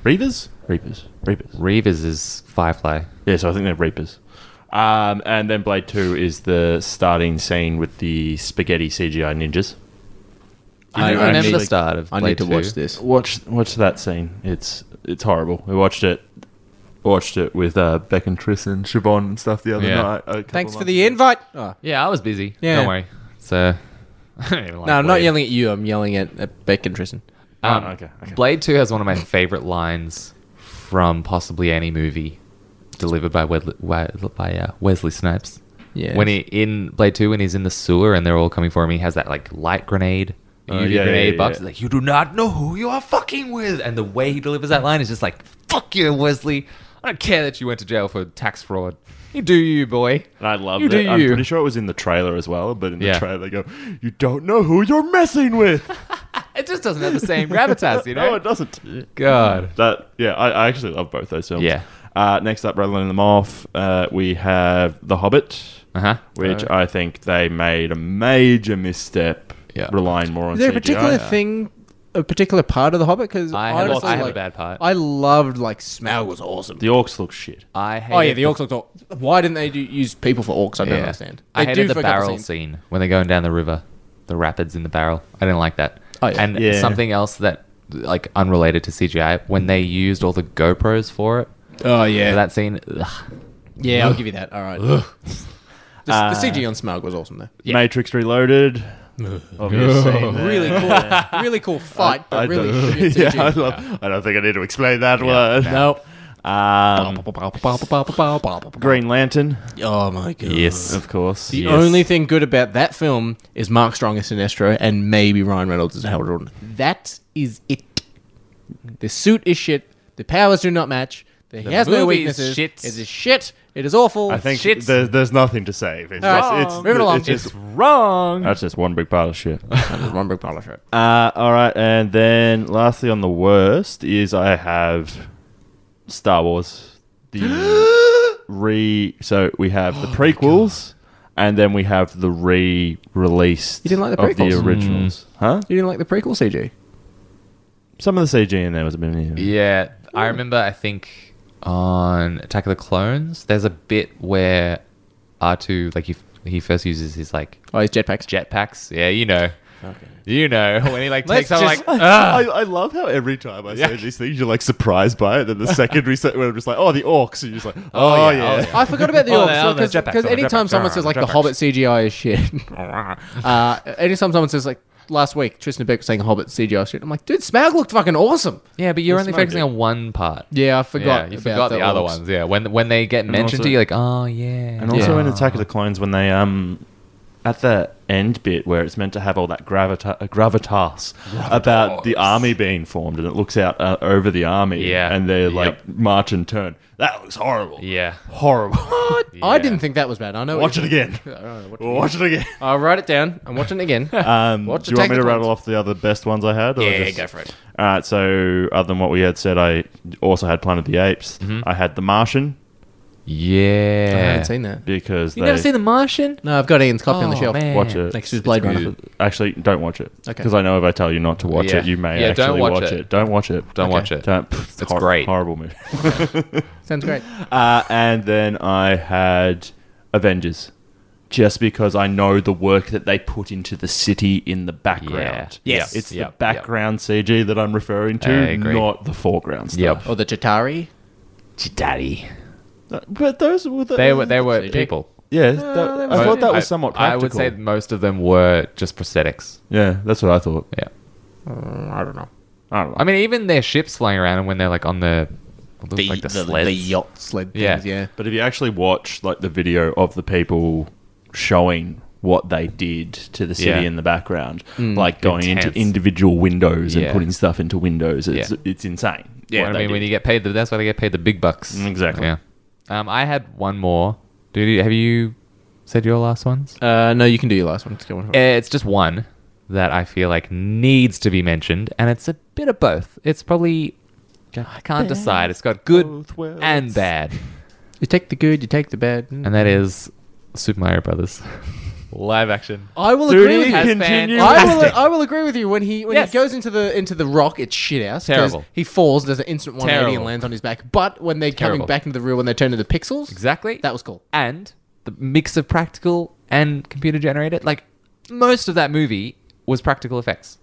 Reavers? Reapers. Reapers.
Reavers is Firefly.
Yeah, so I think they're Reapers. Um, and then Blade 2 is the starting scene with the spaghetti CGI ninjas.
I,
you
I
remember
need-
the
start of
I
Blade
need to
two?
watch this.
Watch watch that scene. It's it's horrible. We watched it watched it with uh, Beck and Tris and Siobhan and stuff the other
Yeah.
night. a couple
Thanks for
months
the
ago.
invite. Oh.
Yeah, I was busy.
Yeah.
Don't worry. So I don't even like
No, I'm not
Blade.
yelling at you. I'm yelling at, at Beck and Tristan.
Um,
Oh, okay, okay.
Blade Two has one of my favorite lines from possibly any movie, delivered by Wedley, Wed- by uh, Wesley Snipes.
Yeah.
When he in Blade Two, when he's in the sewer and they're all coming for him, he has that like light grenade,
Oh,
UV
yeah, yeah,
grenade
yeah,
box.
yeah.
Like you do not know who you are fucking with, and the way he delivers that line is just like "fuck you, Wesley." I don't care that you went to jail for tax fraud. You do you, boy.
And I loved
You do
it. I'm
you.
pretty sure it was in the trailer as well, but in the
Yeah.
trailer they go, You don't know who you're messing with.
It just doesn't have the same gravitas, you know.
no, it doesn't.
God.
That yeah, I, I actually love both those films.
Yeah.
Uh, next up, rattling them off, uh, we have The Hobbit,
Uh huh.
which I think they made a major misstep,
Yeah.
relying more on.
Is there a
CGI.
particular thing, a particular part of the Hobbit? Because
I had a-
honestly,
I had a
like,
bad part.
I loved like Smaug was awesome.
The orcs look shit.
I hate
oh yeah, the orcs looked. aw- Why didn't they do, use people for orcs? I don't understand. They
I hated
do
the
fuck up
barrel
scenes.
scene when they're going down the river, the rapids in the barrel. I didn't like that.
Oh, yeah.
And
Yeah.
something else that, like, unrelated to CGI, when they used all the GoPros for it,
Oh yeah,
that scene. ugh.
yeah. I'll give you that. All right. Uh, the, the CG on Smaug was awesome though.
Matrix Reloaded. Obviously,
Really cool, really cool fight, but really shit
yeah,
CG.
I, love, I don't think I need to explain that word.
Nope.
Um, Green Lantern,
Oh my god.
Yes.
of course.
The
Yes.
only thing good about that film is Mark Strong as Sinestro and maybe Ryan Reynolds as Howard Jordan. That is it. The suit is shit. The powers do not match. The, he has no
movie is
weaknesses.
shit.
It is shit. It is awful.
I think
Shit.
there, there's nothing to save. It's, just-
Wrong.
it's,
Oh. Moving along.
It's just,
Wrong.
that's just one big pile of shit.
one big pile of shit.
Uh, all right, and then lastly on the worst is I have Star Wars. The re so we have
Oh
the prequels, and then we have the re-released
You didn't like the
of the
prequels?
originals, huh?
You didn't like the prequel CG?
Some of the CG in there was a bit.
Yeah. I remember, I think, on Attack of the Clones, there's a bit where R2, like, he, he first uses his, like,
Oh, his jetpacks.
jetpacks. Yeah, you know. Okay. You know. When he, like,
Let's
takes out,
just-
like,
Ah.
I, I love how every time I say these things, you're like surprised by it. Then the secondary set, where I'm just like, oh, the orcs, and you're just like, oh, yeah,
I forgot about the
Oh, they're- oh, they're
orcs
jetpacks,
because
oh, they're
anytime
jetpacks,
someone
oh,
says like
they're jetpacks.
the Hobbit CGI is shit, uh, anytime someone says like last week Tristan Beck was saying Hobbit CGI is shit, I'm like, dude, Smaug looked fucking awesome.
Yeah, but you're only
Smoked
focusing on one part.
Yeah, I forgot.
yeah, you
about
forgot the, other
orcs.
ones. Yeah, when when they get mentioned
also-
to you, like, oh yeah,
And also
Yeah.
in Attack of the Clones, when they um at the end bit where it's meant to have all that gravita- gravitas, about the army being formed, and it looks out uh, over the army,
Yeah.
and they're
Yep.
like march and turn. That looks horrible.
yeah,
horrible.
Oh, I didn't think that was bad. I know.
Watch
what
it
you-
again. Watch it again.
I'll write it down. I'm watching it again.
Um,
Watch
do
Attack
you want me
of
to
the
rattle
Clones.
off the other best ones I had? or
yeah,
just-
go for it.
All right. So other than what we had said, I also had Planet of the Apes.
Mm-hmm.
I had The Martian
yeah.
I haven't seen that.
because
You
they
never seen The Martian?
No, I've got Ian's copy on the
Oh,
shelf.
man.
watch it.
Next to his Blade
It's
Runner.
good.
Actually, don't watch it.
Okay.
Because I know if I tell you not to watch
Yeah.
it, you may
Yeah,
actually
don't watch
watch,
it.
it. Don't watch it.
Don't watch it.
Don't. pff,
It's great.
Horrible movie.
Sounds great.
uh, and then I had Avengers. Just because I know the work that they put into the city in the background.
Yeah. Yes.
It's
Yep, yep.
the background CG that I'm referring
I
to,
agree.
not the foreground
Yep.
stuff.
Or the Chitari.
Daddy.
Yep. But those were the.
They were they were
CG.
people. Uh,
Yeah, that- I thought that was somewhat
I
practical.
would say most of them were just prosthetics.
Yeah, that's what I thought.
Yeah, Mm,
I don't know.
I don't know.
I mean even their ships flying around and when they're like on the, like the, sleds.
the yacht sled
Yeah.
things. Yeah.
But if you actually watch like the video of the people showing what they did to the city
Yeah. Mm.
in the background, like going
Intense.
into individual windows
Yeah.
and putting stuff into windows, it's
Yeah. Mm,
it's insane.
Well, I mean, when you get paid, the, that's why they get paid the big bucks.
Exactly.
Yeah. Um, I had one more. Dude, have you said your last ones?
Uh, no, you can do your last one. Let's go on.
It's just one that I feel like needs to be mentioned, and it's a bit of both. It's probably I can't decide. It's got good
both worlds.
and bad,
You take the good, you take the bad.
and that is Super Mario Brothers. Live action.
I will
Dude,
agree with
he
you.
Has fan-
continued-
I will, I will agree with you when he when
Yes.
he goes into the into the rock it's shit house 'cause
Terrible.
he falls does an instant 180
Terrible.
and lands on his back but when they're
Terrible.
coming back into the real when they turn into pixels
Exactly.
that was cool
and the mix of practical and computer generated. Like most of that movie was practical effects.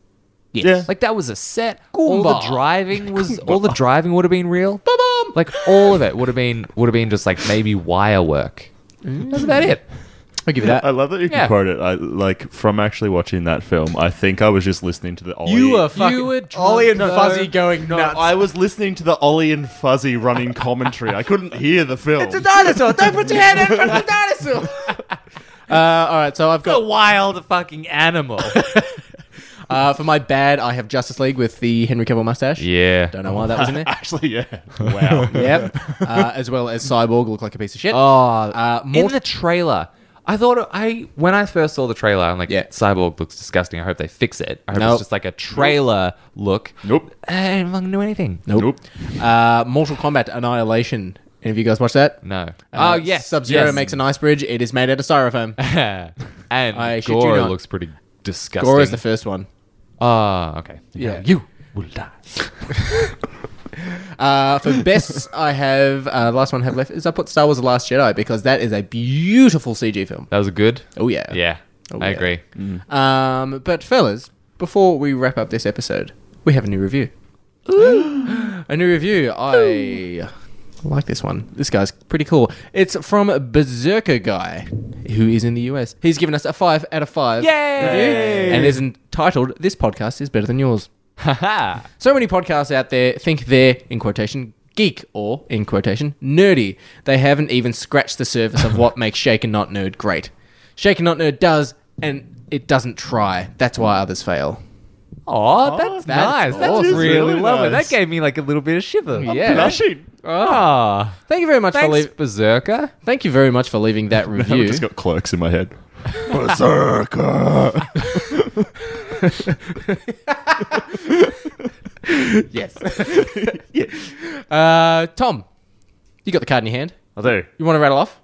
Yeah.
Like that was a set. All the
Goomba.
driving was all the driving would have been real. Like all of it would have been would have been just like maybe wire work. That's about it.
I'll give you that
Uh,
I love that you can
Yeah.
quote it. I like from actually watching that film. I think I was just listening to the Ollie.
you were Ollie and Fuzzy going
No, I was listening to the Ollie and Fuzzy running commentary. I couldn't hear the film.
dinosaur don't put your hand in front of the dinosaur uh, all right so I've got
wild fucking animal.
Uh, for my bad, I have Justice League with the Henry Cavill mustache.
yeah.
Don't know why that was in there.
actually, yeah. Wow.
yep. Uh, as well as Cyborg look like a piece of shit.
Oh,
uh,
in
Mort-
the trailer. I thought it- I when I first saw the trailer, I'm like,
Yeah.
Cyborg looks disgusting. I hope they fix it. I hope
Nope.
it's just like a trailer look.
Nope.
I didn't fucking do anything.
nope.
Nope.
Uh, Mortal Kombat Annihilation. Any of you guys watch that?
No. oh
Uh,
yes,
Sub Zero
yes.
makes an ice bridge. It is made out of styrofoam.
and
I shit you
Goro
not.
looks pretty disgusting.
Gore is the first one.
Ah, okay.
Yeah.
you will die.
Uh, for best, I have uh, last one I have left is I put Star Wars: The Last Jedi because that is a beautiful CG film.
That was good.
Oh yeah.
Yeah,
Oh,
I
yeah.
agree.
Um, but fellas, before we wrap up this episode, we have a new review. a new review. I like this one. This guy's pretty cool. It's from a Berserker guy who is in the US. He's given us a five out of five review and is entitled "This podcast is better than yours."
Haha.
So many podcasts out there think they're, in quotation, geek or, in quotation, nerdy. They haven't even scratched the surface of what makes Shake and Not Nerd great. Shake and Not Nerd does, and it doesn't try. That's why others fail.
Aw, that's,
that's
nice. That's
awesome.
really,
Really
lovely.
nice.
That gave me like a little bit of shiver.
Yeah.
Blushing.
Ah,
Thank you very much for
thanks,
leaving.
Berserker.
Thank you very much for leaving that
I've
review.
just got clerks in my head. Berserker.
yes. Uh, Tom, you got the card in your hand.
I do.
You want to rattle off?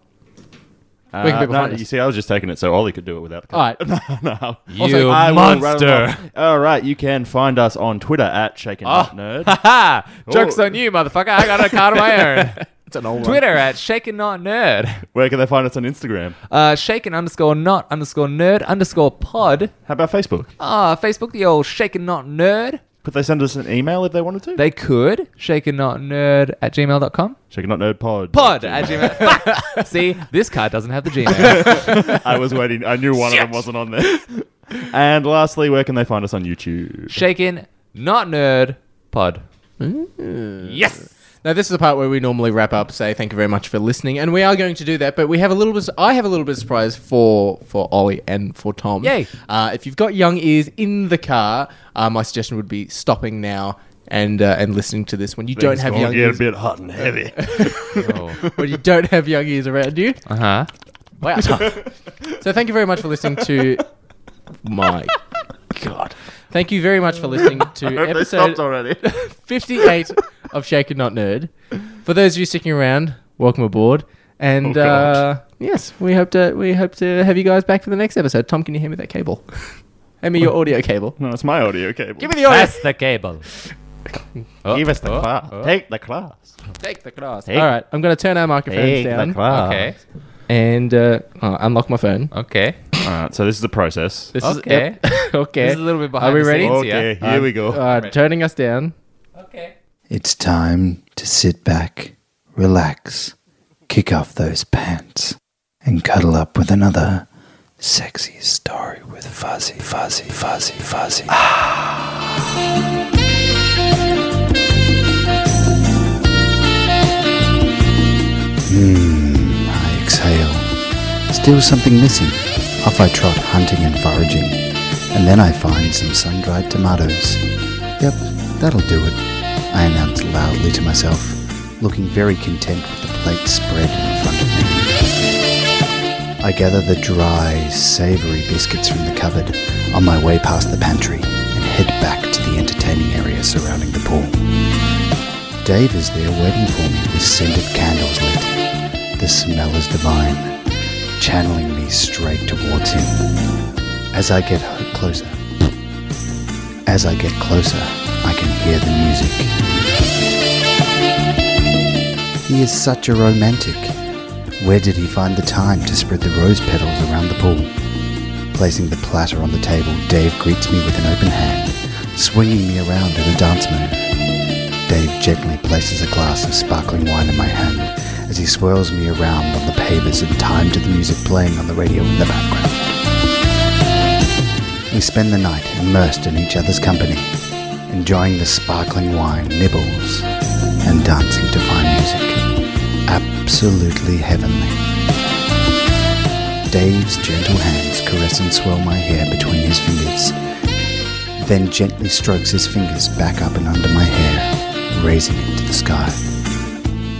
Uh,
Where can people
no,
find us?
you see, I was just taking it so Ollie could do it without the
All right.
no.
You
I will rattle
monster.
off. All right, you can find us on Twitter at Shaken
Oh.
Not Nerd.
Ha! Joke's
Oh.
on you, motherfucker. I got a card of my own.
It's an old
Twitter at shaken not nerd.
Where can they find us on Instagram?
Uh, shaken underscore not underscore nerd underscore pod.
How about Facebook?
Uh.
Ah, Facebook, the old shaken not nerd.
Could they send us an email if they wanted to?
They could. Shaken not nerd at gmail.com.
Shaken Not Nerd Pod.
Pod at gmail. Fuck! See, this card doesn't have the Gmail.
I was waiting. I knew one of them wasn't on there. And lastly, where can they find us on YouTube?
Shaken not nerd pod. Mm. Yes!
Now this is the part where we normally wrap up, say thank you very much for listening, and we are going to do that. But we have a little bit. I have a little bit of surprise for for Ollie and for Tom.
Yay.
Uh, if you've got young ears in the car, uh, my suggestion would be stopping now and uh, and listening to this when you don't have young
get a
ears,
bit hot and heavy.
Oh.
when you don't have young ears around you.
Uh
Oh,
huh.
Wow. so thank you very much for listening to my God. Thank you very much for listening to episode
already.
58 of Shaken Not Nerd. For those of you sticking around, welcome aboard. And
Oh, God.
uh, yes, we hope to we hope to have you guys back for the next episode. Tom, can you hand me that cable? hand me your audio cable.
no, it's my audio cable.
Give me the audio.
the cable. Oh,
Give us the
oh,
class.
oh.
Take the class.
Take the class. All right, I'm going to turn our microphones
Take the
down
class.
Ah. Okay.
and uh, oh, unlock my phone.
Okay.
All right, so this is the process.
This
Okay.
Is, yep. okay.
This is a little bit behind
Are we
the
ready?
scenes.
Okay,
yeah.
here we go.
Uh, turning us down.
Okay.
It's time to sit back, relax, kick off those pants, and cuddle up with another sexy story with Fuzzy, Fuzzy, Fuzzy, Fuzzy. Ah. Hmm, I exhale. Still something missing. Off I trot hunting and foraging, and then I find some sun dried tomatoes. Yep, that'll do it. I announced loudly to myself, looking very content with the plate spread in front of me. I gather the dry, savoury biscuits from the cupboard on my way past the pantry and head back to the entertaining area surrounding the pool. Dave is there waiting for me with scented candles lit. The smell is divine. channeling me straight towards him. As I get ho- closer, as I get closer, I can hear the music. He is such a romantic. Where did he find the time to spread the rose petals around the pool? Placing the platter on the table, Dave greets me with an open hand, swinging me around in a dance move. Dave gently places a glass of sparkling wine in my hand as he swirls me around on the pavers in time to the music playing on the radio in the background. We spend the night immersed in each other's company, enjoying the sparkling wine, nibbles, and dancing to fine music. Absolutely heavenly. Dave's gentle hands caress and swirl my hair between his fingers, then gently strokes his fingers back up and under my hair, raising it to the sky.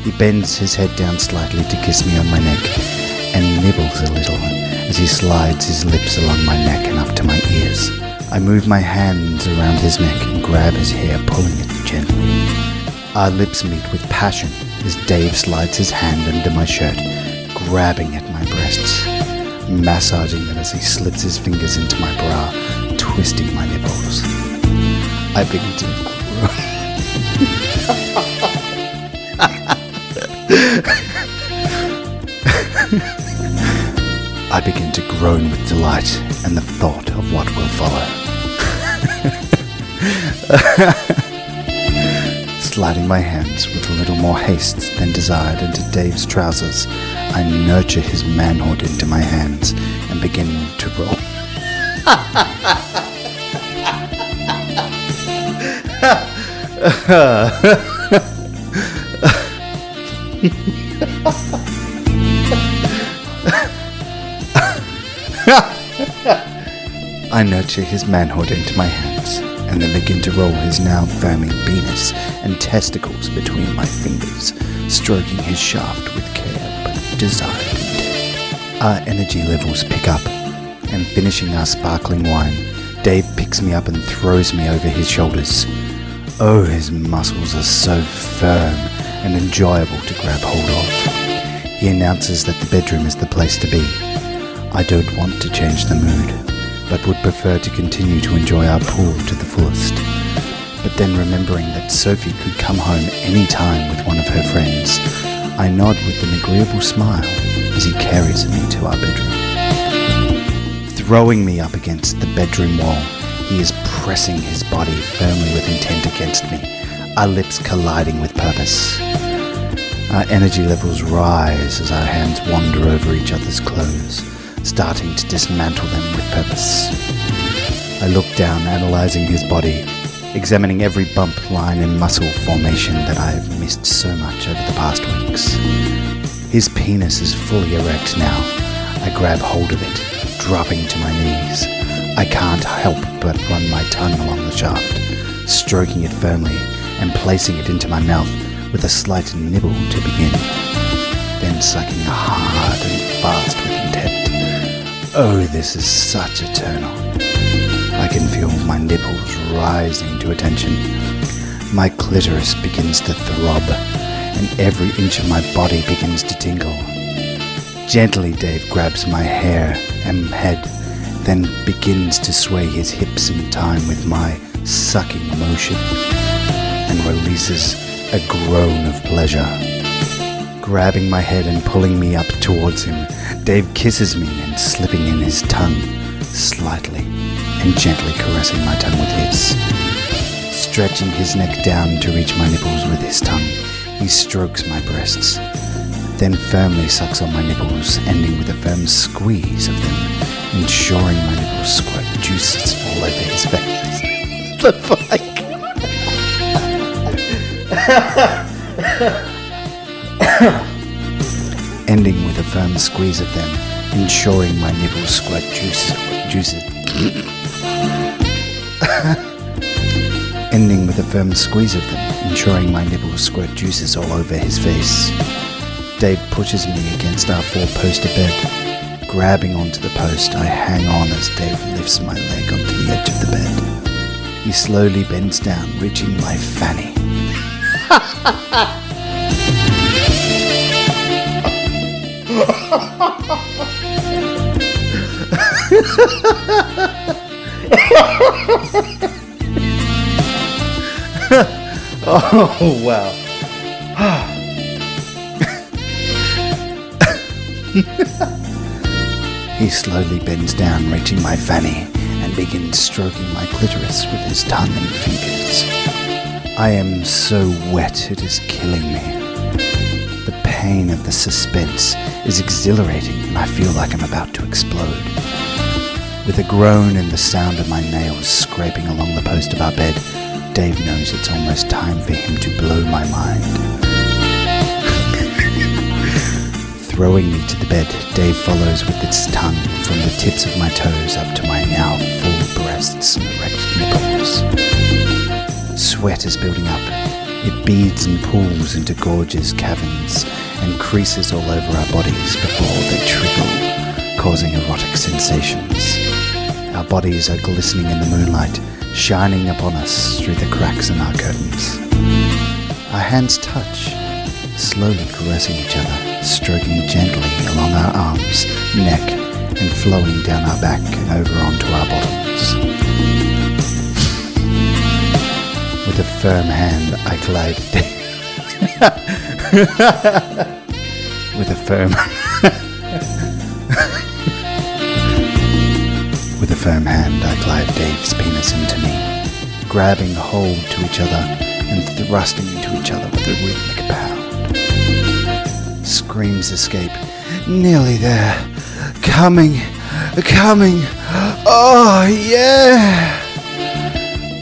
He bends his head down slightly to kiss me on my neck and nibbles a little as he slides his lips along my neck and up to my ears. I move my hands around his neck and grab his hair, pulling it gently. Our lips meet with passion as Dave slides his hand under my shirt, grabbing at my breasts, massaging them as he slips his fingers into my bra, twisting my nipples. I begin to groan. I begin to groan with delight and the thought of what will follow. Sliding my hands with a little more haste than desired into Dave's trousers, I nurture his manhood into my hands and begin to roll. I nurture his manhood into my hands and then begin to roll his now foaming penis and testicles between my fingers, stroking his shaft with care but desire. intent. Our energy levels pick up, and finishing our sparkling wine, Dave picks me up and throws me over his shoulders. Oh, his muscles are so firm and enjoyable to grab hold of. He announces that the bedroom is the place to be, I don't want to change the mood, but would prefer to continue to enjoy our pool to the fullest. But then remembering that Sophie could come home any time with one of her friends, I nod with an agreeable smile as he carries me to our bedroom. Throwing me up against the bedroom wall, he is pressing his body firmly with intent against me, our lips colliding with purpose. Our energy levels rise as our hands wander over each other's clothes, starting to dismantle them with purpose. I look down, analyzing his body, examining every bump, line, and muscle formation that I have missed so much over the past weeks. His penis is fully erect now. I grab hold of it, dropping to my knees. I can't help but run my tongue along the shaft, stroking it firmly and placing it into my mouth with a slight nibble to begin, then sucking hard and fast with intent. Oh, this is such a turn on. I can feel my nipples rising to attention. My clitoris begins to throb, and every inch of my body begins to tingle. Gently, Dave grabs my hair and head, then begins to sway his hips in time with my sucking motion and releases a groan of pleasure. Grabbing my head and pulling me up towards him, Dave kisses me and slipping in his tongue, slightly and gently caressing my tongue with his. Stretching his neck down to reach my nipples with his tongue, he strokes my breasts, then firmly sucks on my nipples, ending with a firm squeeze of them, ensuring my nipples squirt juices all over his face. the fuck? ending with a firm squeeze of them, ensuring my nipples squirt juice, juices. ending with a firm squeeze of them, ensuring my nipples squirt juices all over his face. Dave pushes me against our four-poster bed. Grabbing onto the post, I hang on as Dave lifts my leg onto the edge of the bed. He slowly bends down, reaching my fanny. Oh, wow. he slowly bends down, reaching my fanny, and begins stroking my clitoris with his tongue and fingers. I am so wet, it is killing me. The pain of the suspense is exhilarating, and I feel like I'm about to explode. With a groan and the sound of my nails scraping along the post of our bed, Dave knows it's almost time for him to blow my mind. Throwing me to the bed, Dave follows with its tongue from the tips of my toes up to my now full breasts and erect nipples. Sweat is building up. It beads and pools into gorgeous caverns and creases all over our bodies before they trickle, causing erotic sensations. Our bodies are glistening in the moonlight, shining upon us through the cracks in our curtains. Our hands touch, slowly caressing each other, stroking gently along our arms, neck, and flowing down our back and over onto our bottoms. With a firm hand, I glide. With a firm. With a firm hand, I glide Dave's penis into me, grabbing hold to each other and thrusting into each other with a rhythmic pound. Screams escape. Nearly there. Coming. Coming. Oh, yeah!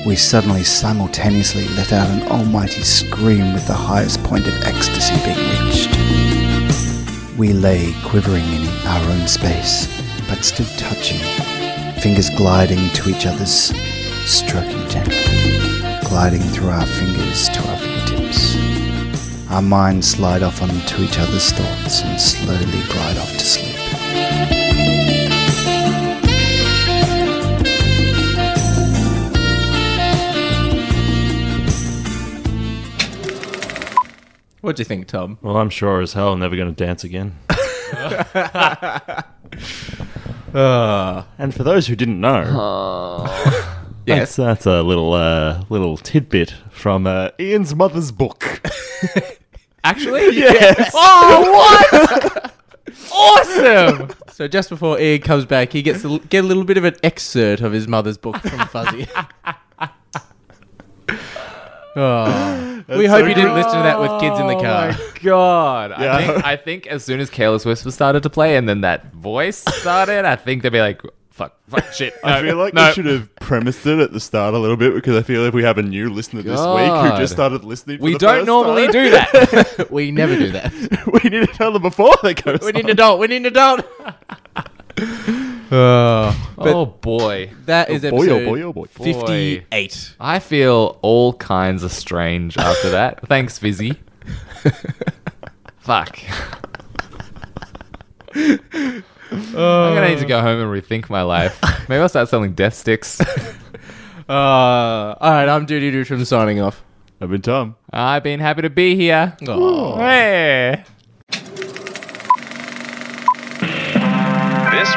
we suddenly simultaneously let out an almighty scream with the highest point of ecstasy being reached. We lay quivering in our own space, but still touching, fingers gliding to each other's, stroking gently, gliding through our fingers to our fingertips. Our minds slide off onto each other's thoughts and slowly glide off to sleep.
What do you think, Tom?
Well, I'm sure as hell never going to dance again. Uh, and for those who didn't know,
Yes.
that's, that's a little uh, little tidbit from uh, Ian's mother's book.
Actually,
yes.
Oh,
awesome.
So just before Ian comes back, he gets to get a little bit of an excerpt of his mother's book from Fuzzy. Oh. We hope you didn't listen to that with kids in the
Oh
car.
God, I,
Yeah.
think, I think as soon as Careless Whisper started to play, and then that voice started, I think they'd be like, "Fuck, fuck, shit."
I
no,
feel like
no.
we should have premised it at the start a little bit because I feel if we have a new listener this week
God.
who just started listening, for
We
the
don't
first
normally
time,
do that.
We never do that.
we need to tell them before they go.
We need an adult. We need an adult.
oh boy,
That is
boy, oh
episode
boy, oh boy.
58.
I feel all kinds of strange after that. Thanks, Vizzy. fuck. I'm gonna need to go home and rethink my life. Maybe I'll start selling death sticks.
Uh, all right, I'm Doody Doo from signing off.
I've been Tom.
I've been happy to be here.
Oh.
Hey.
This